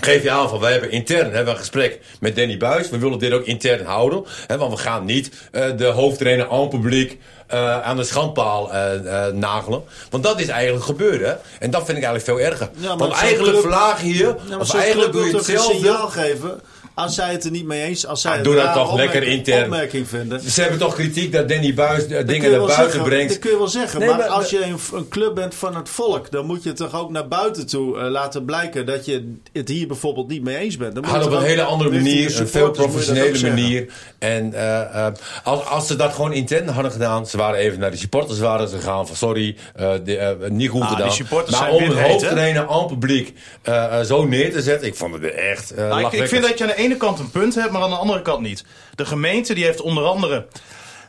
Speaker 3: Geef je aan van, wij hebben intern hebben we een gesprek met Danny Buis. We willen dit ook intern houden. Hè, want we gaan niet eh, de hoofdtrainer aan het publiek eh, aan de schandpaal eh, eh, nagelen. Want dat is eigenlijk gebeurd. Hè? En dat vind ik eigenlijk veel erger.
Speaker 4: Ja, maar
Speaker 3: want
Speaker 4: zo'n
Speaker 3: eigenlijk
Speaker 4: club-
Speaker 3: verlaag je je.
Speaker 4: Ja, maar
Speaker 3: of
Speaker 4: zo'n
Speaker 3: eigenlijk
Speaker 4: club
Speaker 3: doe
Speaker 4: wil
Speaker 3: je
Speaker 4: toch een
Speaker 3: hetzelfde.
Speaker 4: signaal geven als zij het er niet mee eens... Als zij
Speaker 3: Ah,
Speaker 4: het
Speaker 3: doe dat
Speaker 4: een
Speaker 3: toch
Speaker 4: rare
Speaker 3: lekker
Speaker 4: opmerking-
Speaker 3: intern.
Speaker 4: ...opmerking vinden.
Speaker 3: Ze hebben toch kritiek dat Danny Buis eh,
Speaker 4: Dat kun
Speaker 3: dingen
Speaker 4: je
Speaker 3: naar
Speaker 4: wel
Speaker 3: buiten
Speaker 4: zeggen,
Speaker 3: brengt.
Speaker 4: Dat kun je wel zeggen.
Speaker 3: Nee,
Speaker 4: maar,
Speaker 3: maar-
Speaker 4: als je een, een club bent van het volk, dan moet je toch ook naar buiten toe eh, laten blijken dat je het hier bijvoorbeeld niet mee eens bent. Dan moet
Speaker 3: Gaat
Speaker 4: je
Speaker 3: op
Speaker 4: toch
Speaker 3: een
Speaker 4: ook
Speaker 3: hele andere
Speaker 4: richting de
Speaker 3: manier, een veel
Speaker 4: supporters moet je dat ook
Speaker 3: professionele
Speaker 4: zeggen.
Speaker 3: manier. En eh, eh, als, als ze dat gewoon intern hadden gedaan, ze waren even naar de supporters waren ze gegaan van sorry, eh, de, eh, niet goed
Speaker 2: Ah,
Speaker 3: gedaan.
Speaker 2: die supporters
Speaker 3: maar
Speaker 2: zijn
Speaker 3: om
Speaker 2: windheet, hè?
Speaker 3: hoofdtrainer aan het publiek eh, eh, zo neer te zetten, ik vond het echt eh
Speaker 2: Nou, ik, ik
Speaker 3: lachwekkend.
Speaker 2: vind dat je aan de ene kant een punt hebt, maar aan de andere kant niet. De gemeente die heeft onder andere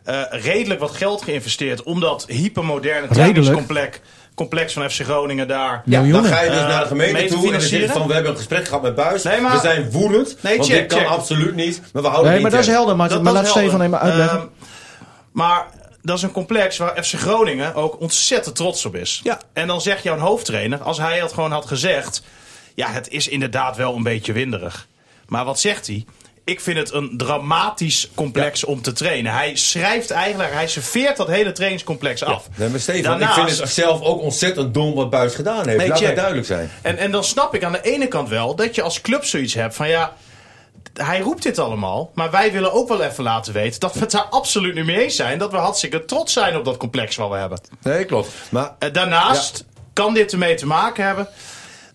Speaker 2: eh, redelijk wat geld geïnvesteerd om dat hypermoderne
Speaker 1: Redelijk?
Speaker 2: trainingscomplex complex van FC Groningen daar.
Speaker 3: Ja, dan
Speaker 1: Miljoenen.
Speaker 3: ga je dus
Speaker 2: Eh,
Speaker 3: naar de gemeente
Speaker 2: gemeente
Speaker 3: toe en dan zeg je
Speaker 2: financieren?
Speaker 3: van... we hebben een gesprek gehad met Buis.
Speaker 2: Nee, maar-
Speaker 3: we zijn woedend,
Speaker 2: Nee,
Speaker 3: want
Speaker 2: check,
Speaker 3: dit kan
Speaker 2: check.
Speaker 3: absoluut niet. Maar we houden
Speaker 1: Nee, maar
Speaker 3: het
Speaker 1: dat is
Speaker 3: intern.
Speaker 1: helder, Martin. maar laat
Speaker 2: is
Speaker 1: Stefan
Speaker 2: helder.
Speaker 1: even uitleggen.
Speaker 2: Ehm, maar dat is een complex waar FC Groningen ook ontzettend trots op is.
Speaker 4: Ja.
Speaker 2: En dan zegt jouw hoofdtrainer, als hij dat gewoon had gezegd... Ja, het is inderdaad wel een beetje winderig. Maar wat zegt hij? Ik vind het een dramatisch complex om te trainen. Hij schrijft eigenlijk, hij serveert dat hele trainingscomplex af.
Speaker 3: Nee, maar Stefan,
Speaker 2: Daarnaast-
Speaker 3: ik vind het zelf ook ontzettend dom wat Buis gedaan heeft.
Speaker 2: Nee,
Speaker 3: Laat dat
Speaker 2: check.
Speaker 3: duidelijk zijn.
Speaker 2: En, en dan snap ik aan de ene kant wel dat je als club zoiets hebt van ja. Hij roept dit allemaal, maar wij willen ook wel even laten weten dat we het daar absoluut niet mee eens zijn. Dat we hartstikke trots zijn op dat complex wat we hebben.
Speaker 3: Nee, klopt. Maar
Speaker 2: En daarnaast kan dit ermee te maken hebben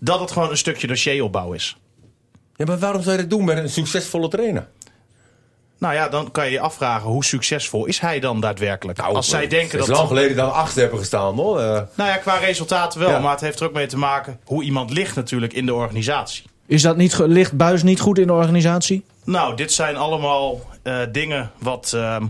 Speaker 2: dat het gewoon een stukje dossieropbouw is.
Speaker 3: Ja, maar waarom zou je dat doen met een succesvolle trainer?
Speaker 2: Nou ja, dan kan je je afvragen hoe succesvol is hij dan daadwerkelijk? Als zij denken
Speaker 3: Nou, Oh,
Speaker 2: dat.
Speaker 3: Het is lang geleden dat we achter hebben gestaan, hoor. Eh,
Speaker 2: Nou ja, qua resultaten wel,
Speaker 3: Ja.
Speaker 2: maar het heeft er ook mee te maken hoe iemand ligt natuurlijk in de organisatie.
Speaker 1: Is dat niet, ge- ligt Buis niet goed in de organisatie?
Speaker 2: Nou, dit zijn allemaal eh, dingen wat ehm,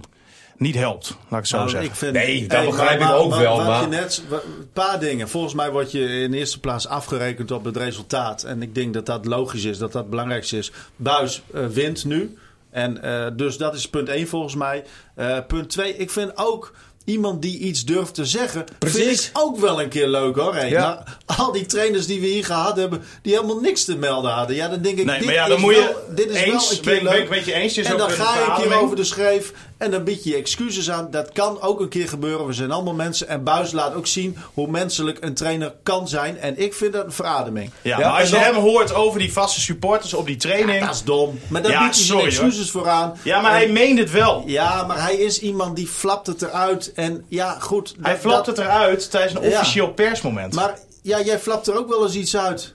Speaker 2: niet helpt, laat ik het zo
Speaker 4: Nou,
Speaker 2: zeggen.
Speaker 4: ik vind-
Speaker 3: Nee, dat begrijp ik ook wel,
Speaker 4: wat
Speaker 3: maar-
Speaker 4: je net, wa- een paar dingen. Volgens mij word je in eerste plaats afgerekend op het resultaat. En ik denk dat dat logisch is, dat dat het belangrijkste is. Buis eh, wint nu. En, eh, dus dat is punt 1 volgens mij. Eh, punt 2, ik vind ook iemand die iets durft te zeggen. Vind
Speaker 3: Precies.
Speaker 4: ik ook wel een keer leuk hoor. Hey,
Speaker 3: Ja.
Speaker 4: nou, al die trainers die we hier gehad hebben, die helemaal niks te melden hadden. Ja, dan denk ik,
Speaker 2: Nee,
Speaker 4: dit,
Speaker 2: maar ja,
Speaker 4: is
Speaker 2: dan moet je.
Speaker 4: wel, dit is wel
Speaker 2: eens,
Speaker 4: een keer
Speaker 2: ben, ben ik
Speaker 4: leuk.
Speaker 2: met je eens. dit is
Speaker 4: En
Speaker 2: ook
Speaker 4: dan
Speaker 2: een
Speaker 4: ga ik hier
Speaker 2: verademing.
Speaker 4: over de schreef en dan bied je je excuses aan. Dat kan ook een keer gebeuren. We zijn allemaal mensen. En Buis laat ook zien hoe menselijk een trainer kan zijn. En ik vind dat een verademing.
Speaker 2: Ja,
Speaker 3: Ja,
Speaker 2: maar als
Speaker 3: en
Speaker 2: je
Speaker 3: dan-
Speaker 2: hem hoort over die vaste supporters op die training.
Speaker 4: Dat is dom. Maar daar
Speaker 2: Ja,
Speaker 4: biedt hij zijn
Speaker 2: sorry,
Speaker 4: excuses voor aan.
Speaker 2: ja, maar
Speaker 4: En-
Speaker 2: hij meent het wel.
Speaker 4: Ja, maar hij is iemand die flapt het eruit. En ja, goed.
Speaker 2: Hij
Speaker 4: dat-
Speaker 2: flapt
Speaker 4: dat-
Speaker 2: het eruit tijdens een
Speaker 4: Ja.
Speaker 2: officieel persmoment.
Speaker 4: Maar ja, jij flapt er ook wel eens iets uit.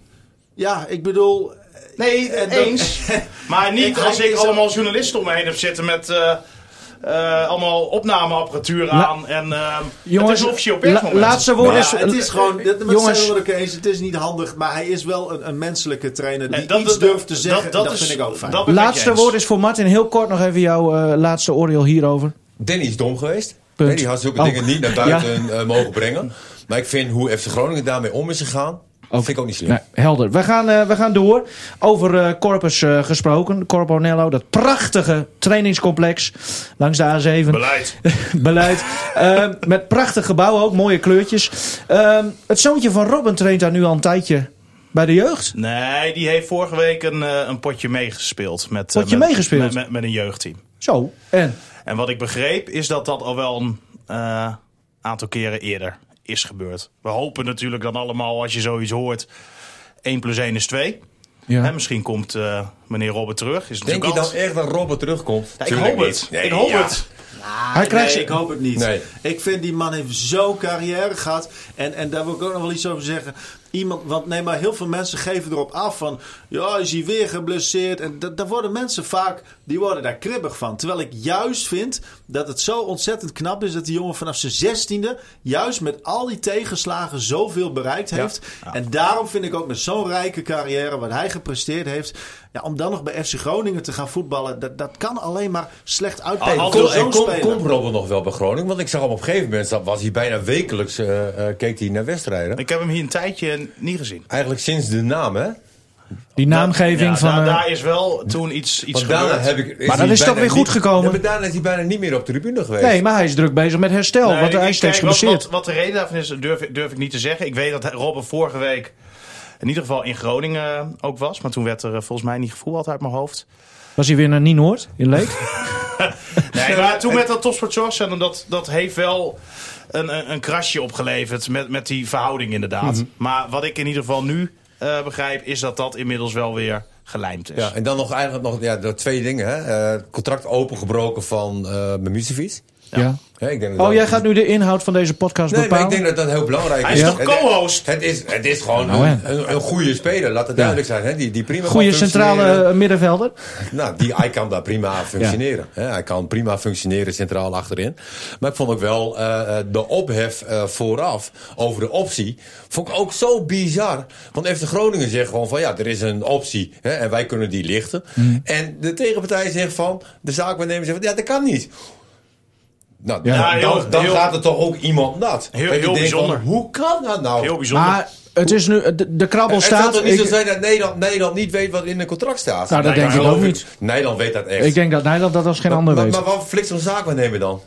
Speaker 4: Ja, ik bedoel...
Speaker 2: nee,
Speaker 4: en dan-
Speaker 2: eens.
Speaker 4: <laughs>
Speaker 2: maar niet
Speaker 4: En
Speaker 2: als
Speaker 4: hij
Speaker 2: ik
Speaker 4: is
Speaker 2: allemaal journalisten om me heen heb zitten met. eh, eh, allemaal opnameapparatuur aan. En, ehm, het
Speaker 1: Jongens,
Speaker 2: is een officieel
Speaker 1: la-
Speaker 2: persmoment.
Speaker 1: laatste woord
Speaker 4: Ja,
Speaker 1: is...
Speaker 4: het is gewoon, dat dat
Speaker 1: Jongens.
Speaker 4: zijn we het ook eens, het is niet handig, maar hij is wel een, een menselijke trainer die
Speaker 2: En dat-
Speaker 4: iets
Speaker 2: dat-
Speaker 4: durft te
Speaker 2: dat-
Speaker 4: zeggen. en Dat,
Speaker 2: dat is-
Speaker 4: vind ik ook fijn.
Speaker 2: dat-
Speaker 1: Laatste
Speaker 2: Jens.
Speaker 1: woord is voor Martin. Heel kort nog even jouw eh, laatste oordeel hierover.
Speaker 3: Danny is dom geweest.
Speaker 1: Punt.
Speaker 3: Danny had zulke
Speaker 1: Oh.
Speaker 3: dingen niet naar buiten eh, mogen brengen. Maar ik vind hoe FC Groningen daarmee om is gegaan, vind ik ook niet slim.
Speaker 1: Nee, helder. We gaan, eh, we gaan door. Over eh Corpus eh, gesproken. Corponello, dat prachtige trainingscomplex langs de A7.
Speaker 2: Beleid.
Speaker 1: Beleid. Ehm, met prachtig gebouw ook, mooie kleurtjes. Ehm, het zoontje van Robin traint daar nu al een tijdje bij de jeugd.
Speaker 2: Nee, die heeft vorige week een, eh, een potje meegespeeld. Met, eh,
Speaker 1: Potje
Speaker 2: met,
Speaker 1: meegespeeld?
Speaker 2: Met, met, met een jeugdteam.
Speaker 1: Zo, en?
Speaker 2: En wat ik begreep is dat dat al wel een eh, aantal keren eerder is gebeurd. We hopen natuurlijk dan allemaal, als je zoiets hoort, 1 plus 1 is 2. Hè, misschien komt eh, meneer Robert terug. Is
Speaker 3: Denk je
Speaker 2: natuurlijk
Speaker 3: dan
Speaker 2: altijd-
Speaker 3: echt dat Robert terugkomt?
Speaker 2: Ja, ik
Speaker 3: Tuurlijk
Speaker 2: hoop
Speaker 3: niet.
Speaker 2: het.
Speaker 3: Nee,
Speaker 2: ik hoop
Speaker 3: ja.
Speaker 2: het.
Speaker 1: Hij krijgt
Speaker 4: nee,
Speaker 1: ze-
Speaker 4: ik hoop het niet.
Speaker 3: Nee.
Speaker 4: Ik vind die man heeft zo'n carrière gehad. En, en daar wil ik ook nog wel iets over zeggen. Iemand, want nee, maar heel veel mensen geven erop af van... Ja, is hij weer geblesseerd? En da- daar worden mensen vaak... Die worden daar kribbig van. Terwijl ik juist vind dat het zo ontzettend knap is... dat die jongen vanaf zijn zestiende... juist met al die tegenslagen zoveel bereikt heeft. En daarom vind ik ook met zo'n rijke carrière... wat hij gepresteerd heeft... Ja, om dan nog bij FC Groningen te gaan voetballen... dat, dat kan alleen maar slecht uitpelen.
Speaker 2: Al- al-
Speaker 3: Kom,
Speaker 4: Voor
Speaker 2: Door
Speaker 4: zo'n
Speaker 3: en kom,
Speaker 4: speler.
Speaker 3: komt Robert nog wel bij Groningen? Want ik zag hem op een gegeven moment, dat was hij bijna wekelijks, eh, eh, keek hij naar wedstrijden.
Speaker 2: Ik heb hem hier een tijdje niet gezien.
Speaker 3: Eigenlijk sinds de naam, hè?
Speaker 1: Die
Speaker 3: Nou,
Speaker 1: naamgeving
Speaker 2: Ja,
Speaker 1: van...
Speaker 2: daar,
Speaker 1: eh,
Speaker 2: daar is wel toen iets, iets
Speaker 3: Want daarna
Speaker 2: gebeurd.
Speaker 3: heb ik,
Speaker 1: Maar dat
Speaker 3: hij
Speaker 1: is toch
Speaker 3: bijna
Speaker 1: weer goed
Speaker 3: niet-
Speaker 1: gekomen?
Speaker 3: Ja, maar daarna is hij bijna niet meer op de tribune geweest.
Speaker 1: nee, maar hij is druk bezig met herstel,
Speaker 2: Nee,
Speaker 1: want
Speaker 2: Eh, ik-
Speaker 1: hij
Speaker 2: ik-
Speaker 1: is steeds
Speaker 2: kijk, wat-
Speaker 1: geblesseerd.
Speaker 2: Wat, wat de reden daarvan is, durf, ik- durf ik niet te zeggen. Ik weet dat Robben vorige week in ieder geval in Groningen ook was. Maar toen werd er eh, volgens mij niet gevoetbald uit mijn hoofd.
Speaker 1: Was hij weer naar Nienoord in Leek?
Speaker 2: Nee, maar toen met dat Topsport Zorgcentrum, dat, dat heeft wel een, een, een krasje opgeleverd met, met die verhouding inderdaad.
Speaker 1: Mhm.
Speaker 2: Maar wat ik in ieder geval nu eh, begrijp, is dat dat inmiddels wel weer gelijmd is.
Speaker 3: Ja, en dan nog eigenlijk nog ja, de twee dingen. Hè. Eh, het contract opengebroken van eh Mimicevic.
Speaker 1: Ja.
Speaker 3: Hè, ik denk dat
Speaker 1: Oh,
Speaker 3: dat-
Speaker 1: jij gaat nu de inhoud van deze podcast
Speaker 3: Nee, maar
Speaker 1: bepalen?
Speaker 3: ik denk dat dat heel belangrijk
Speaker 2: Hij
Speaker 3: is.
Speaker 2: is toch
Speaker 3: Het-
Speaker 2: co-host?
Speaker 3: Het is, het is gewoon
Speaker 1: Nou,
Speaker 3: een,
Speaker 1: hè.
Speaker 3: een, een goede speler, laat het duidelijk zijn. Hè? Die, die prima kan
Speaker 1: Goede centrale
Speaker 3: functioneren.
Speaker 1: eh, middenvelder.
Speaker 3: Nou, die, hij kan daar prima functioneren. Hè? Hij kan prima functioneren centraal achterin. Maar ik vond ook wel eh, eh, de ophef eh, vooraf over de optie. Vond ik ook zo bizar. Want FC Groningen zegt gewoon van ja, er is een optie. Hè? En wij kunnen die lichten. En de tegenpartij zegt van, de zaakwaarnemer zegt van ja, dat kan niet. Nou,
Speaker 1: Ja.
Speaker 3: dan-
Speaker 2: Ja, heel-
Speaker 3: dan, dan
Speaker 2: heel-
Speaker 3: gaat er toch ook iemand nat.
Speaker 2: Heel-
Speaker 3: Dat je
Speaker 2: heel
Speaker 3: denkt van,
Speaker 2: bijzonder.
Speaker 3: hoe kan dat nou?
Speaker 2: Heel bijzonder.
Speaker 1: Maar het is nu, de, de krabbel
Speaker 3: het zal
Speaker 1: staat.
Speaker 3: toch niet zo
Speaker 1: ik-
Speaker 3: zijn dat Nederland, Nederland niet weet wat in een contract staat?
Speaker 1: nou, dat
Speaker 2: Nee,
Speaker 1: denk
Speaker 2: maar
Speaker 1: ik ook
Speaker 2: geloof ik-
Speaker 1: niet.
Speaker 3: Nederland weet dat echt.
Speaker 1: Ik denk dat Nederland dat als geen
Speaker 3: maar,
Speaker 1: ander
Speaker 3: maar,
Speaker 1: weet.
Speaker 3: maar wat flikt zo'n zaak nemen dan?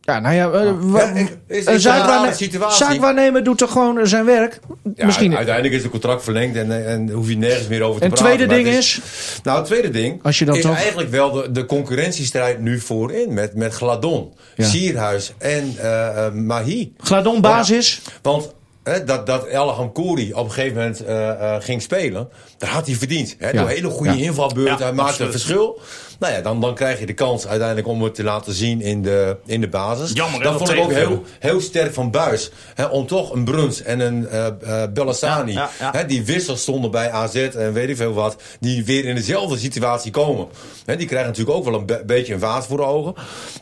Speaker 1: ja, nou ja, eh, wa-
Speaker 3: Ja, ik- is- is
Speaker 1: een
Speaker 3: een rare
Speaker 1: zaakwaarnemer,
Speaker 3: situatie.
Speaker 1: zaakwaarnemer doet toch gewoon eh, zijn werk?
Speaker 3: Ja,
Speaker 1: Misschien.
Speaker 3: Uiteindelijk is het contract verlengd en, en hoef je nergens meer over te
Speaker 1: Een
Speaker 3: praten.
Speaker 1: tweede
Speaker 3: maar
Speaker 1: ding
Speaker 3: het
Speaker 1: is.
Speaker 3: Nou, het tweede ding
Speaker 1: Als je dan
Speaker 3: is
Speaker 1: toch-
Speaker 3: eigenlijk wel de, de concurrentiestrijd nu voorin. Met, met Gladon,
Speaker 1: Ja.
Speaker 3: Sierhuis en eh, eh, Mahi.
Speaker 1: Gladon basis.
Speaker 3: Want hè, dat, dat El Hamkouri op een gegeven moment eh, eh, ging spelen, dat had hij verdiend. Hè? Door hele goede
Speaker 1: Ja.
Speaker 3: invalbeurt,
Speaker 2: Ja,
Speaker 3: hij maakte
Speaker 2: absoluut.
Speaker 3: een verschil. Nou ja, dan, dan krijg je de kans uiteindelijk om het te laten zien in de, in de basis.
Speaker 2: Jammer, hè,
Speaker 3: dat
Speaker 2: dat
Speaker 3: vond ik ook
Speaker 2: tegenviel.
Speaker 3: heel, heel sterk van Buis. Hè, om toch een Bruns en een eh eh, Bellassani,
Speaker 2: Ja, ja, ja.
Speaker 3: Hè, die wissels stonden bij AZ en weet ik veel wat, die weer in dezelfde situatie komen. Hè, die krijgen natuurlijk ook wel een be- beetje een vaas voor de ogen.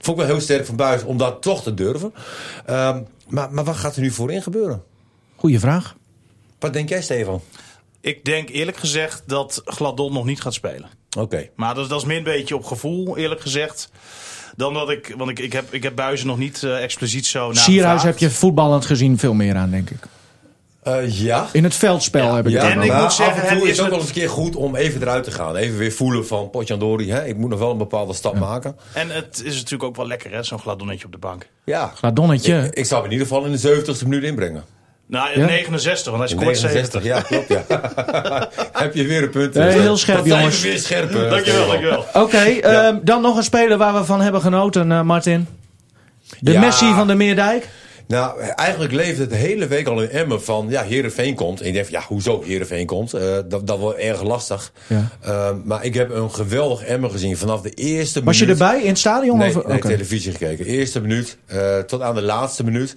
Speaker 3: Vond ik wel heel sterk van Buis om dat toch te durven. Ehm, maar, maar wat gaat er nu voorin gebeuren?
Speaker 1: Goeie vraag.
Speaker 3: Wat denk jij, Stefan?
Speaker 2: Ik denk eerlijk gezegd dat Gladon nog niet gaat spelen.
Speaker 3: Oké.
Speaker 2: Maar dat, dat is meer een beetje op gevoel, eerlijk gezegd. Dan dat ik, want ik, ik, heb, ik heb Buizen nog niet eh, expliciet zo
Speaker 3: Nou,
Speaker 2: naar.
Speaker 1: Sierhuis heb je voetballend gezien veel meer aan, denk ik.
Speaker 3: Eh, ja.
Speaker 1: In het veldspel heb ik
Speaker 3: Ja,
Speaker 1: het
Speaker 2: en
Speaker 1: dan
Speaker 2: ik
Speaker 1: over.
Speaker 3: maar
Speaker 2: moet zeggen,
Speaker 3: af en
Speaker 2: het
Speaker 3: toe is
Speaker 2: is
Speaker 3: het ook
Speaker 2: het-
Speaker 3: wel eens een keer goed om even eruit te gaan. Even weer voelen van Potjandori, hè, ik moet nog wel een bepaalde stap maken.
Speaker 2: En het is natuurlijk ook wel lekker, hè, zo'n gladonnetje op de bank.
Speaker 3: Ja,
Speaker 1: Gladonnetje.
Speaker 3: ik, ik zou hem in ieder geval in de 70ste minuut inbrengen.
Speaker 2: Nou, in
Speaker 1: Ja?
Speaker 2: 69, want hij
Speaker 3: In
Speaker 2: scoort
Speaker 3: 69,
Speaker 2: 70.
Speaker 3: ja, klopt. Ja. <laughs> Heb je weer een punt.
Speaker 1: Nee,
Speaker 3: eh,
Speaker 1: heel scherp,
Speaker 3: dat zijn we
Speaker 1: jongens.
Speaker 3: weer scherp. eh,
Speaker 2: Dankjewel,
Speaker 3: Stefan.
Speaker 2: dankjewel.
Speaker 1: Oké, ehm, dan nog een speler waar we van hebben genoten, eh, Martin. De
Speaker 3: Ja.
Speaker 1: Messi van de Meerdijk.
Speaker 3: Nou, eigenlijk leefde het de hele week al in Emmen van... ja, Heerenveen komt. En ik denk van, ja, hoezo Heerenveen komt? Eh, dat, dat wordt erg lastig.
Speaker 1: Ja.
Speaker 3: Eh, maar ik heb een geweldig Emmen gezien vanaf de eerste
Speaker 1: Was je
Speaker 3: minuut.
Speaker 1: erbij in het stadion?
Speaker 3: Nee,
Speaker 1: of?
Speaker 3: nee,
Speaker 1: Oké.
Speaker 3: televisie gekeken. Eerste minuut eh, tot aan de laatste minuut.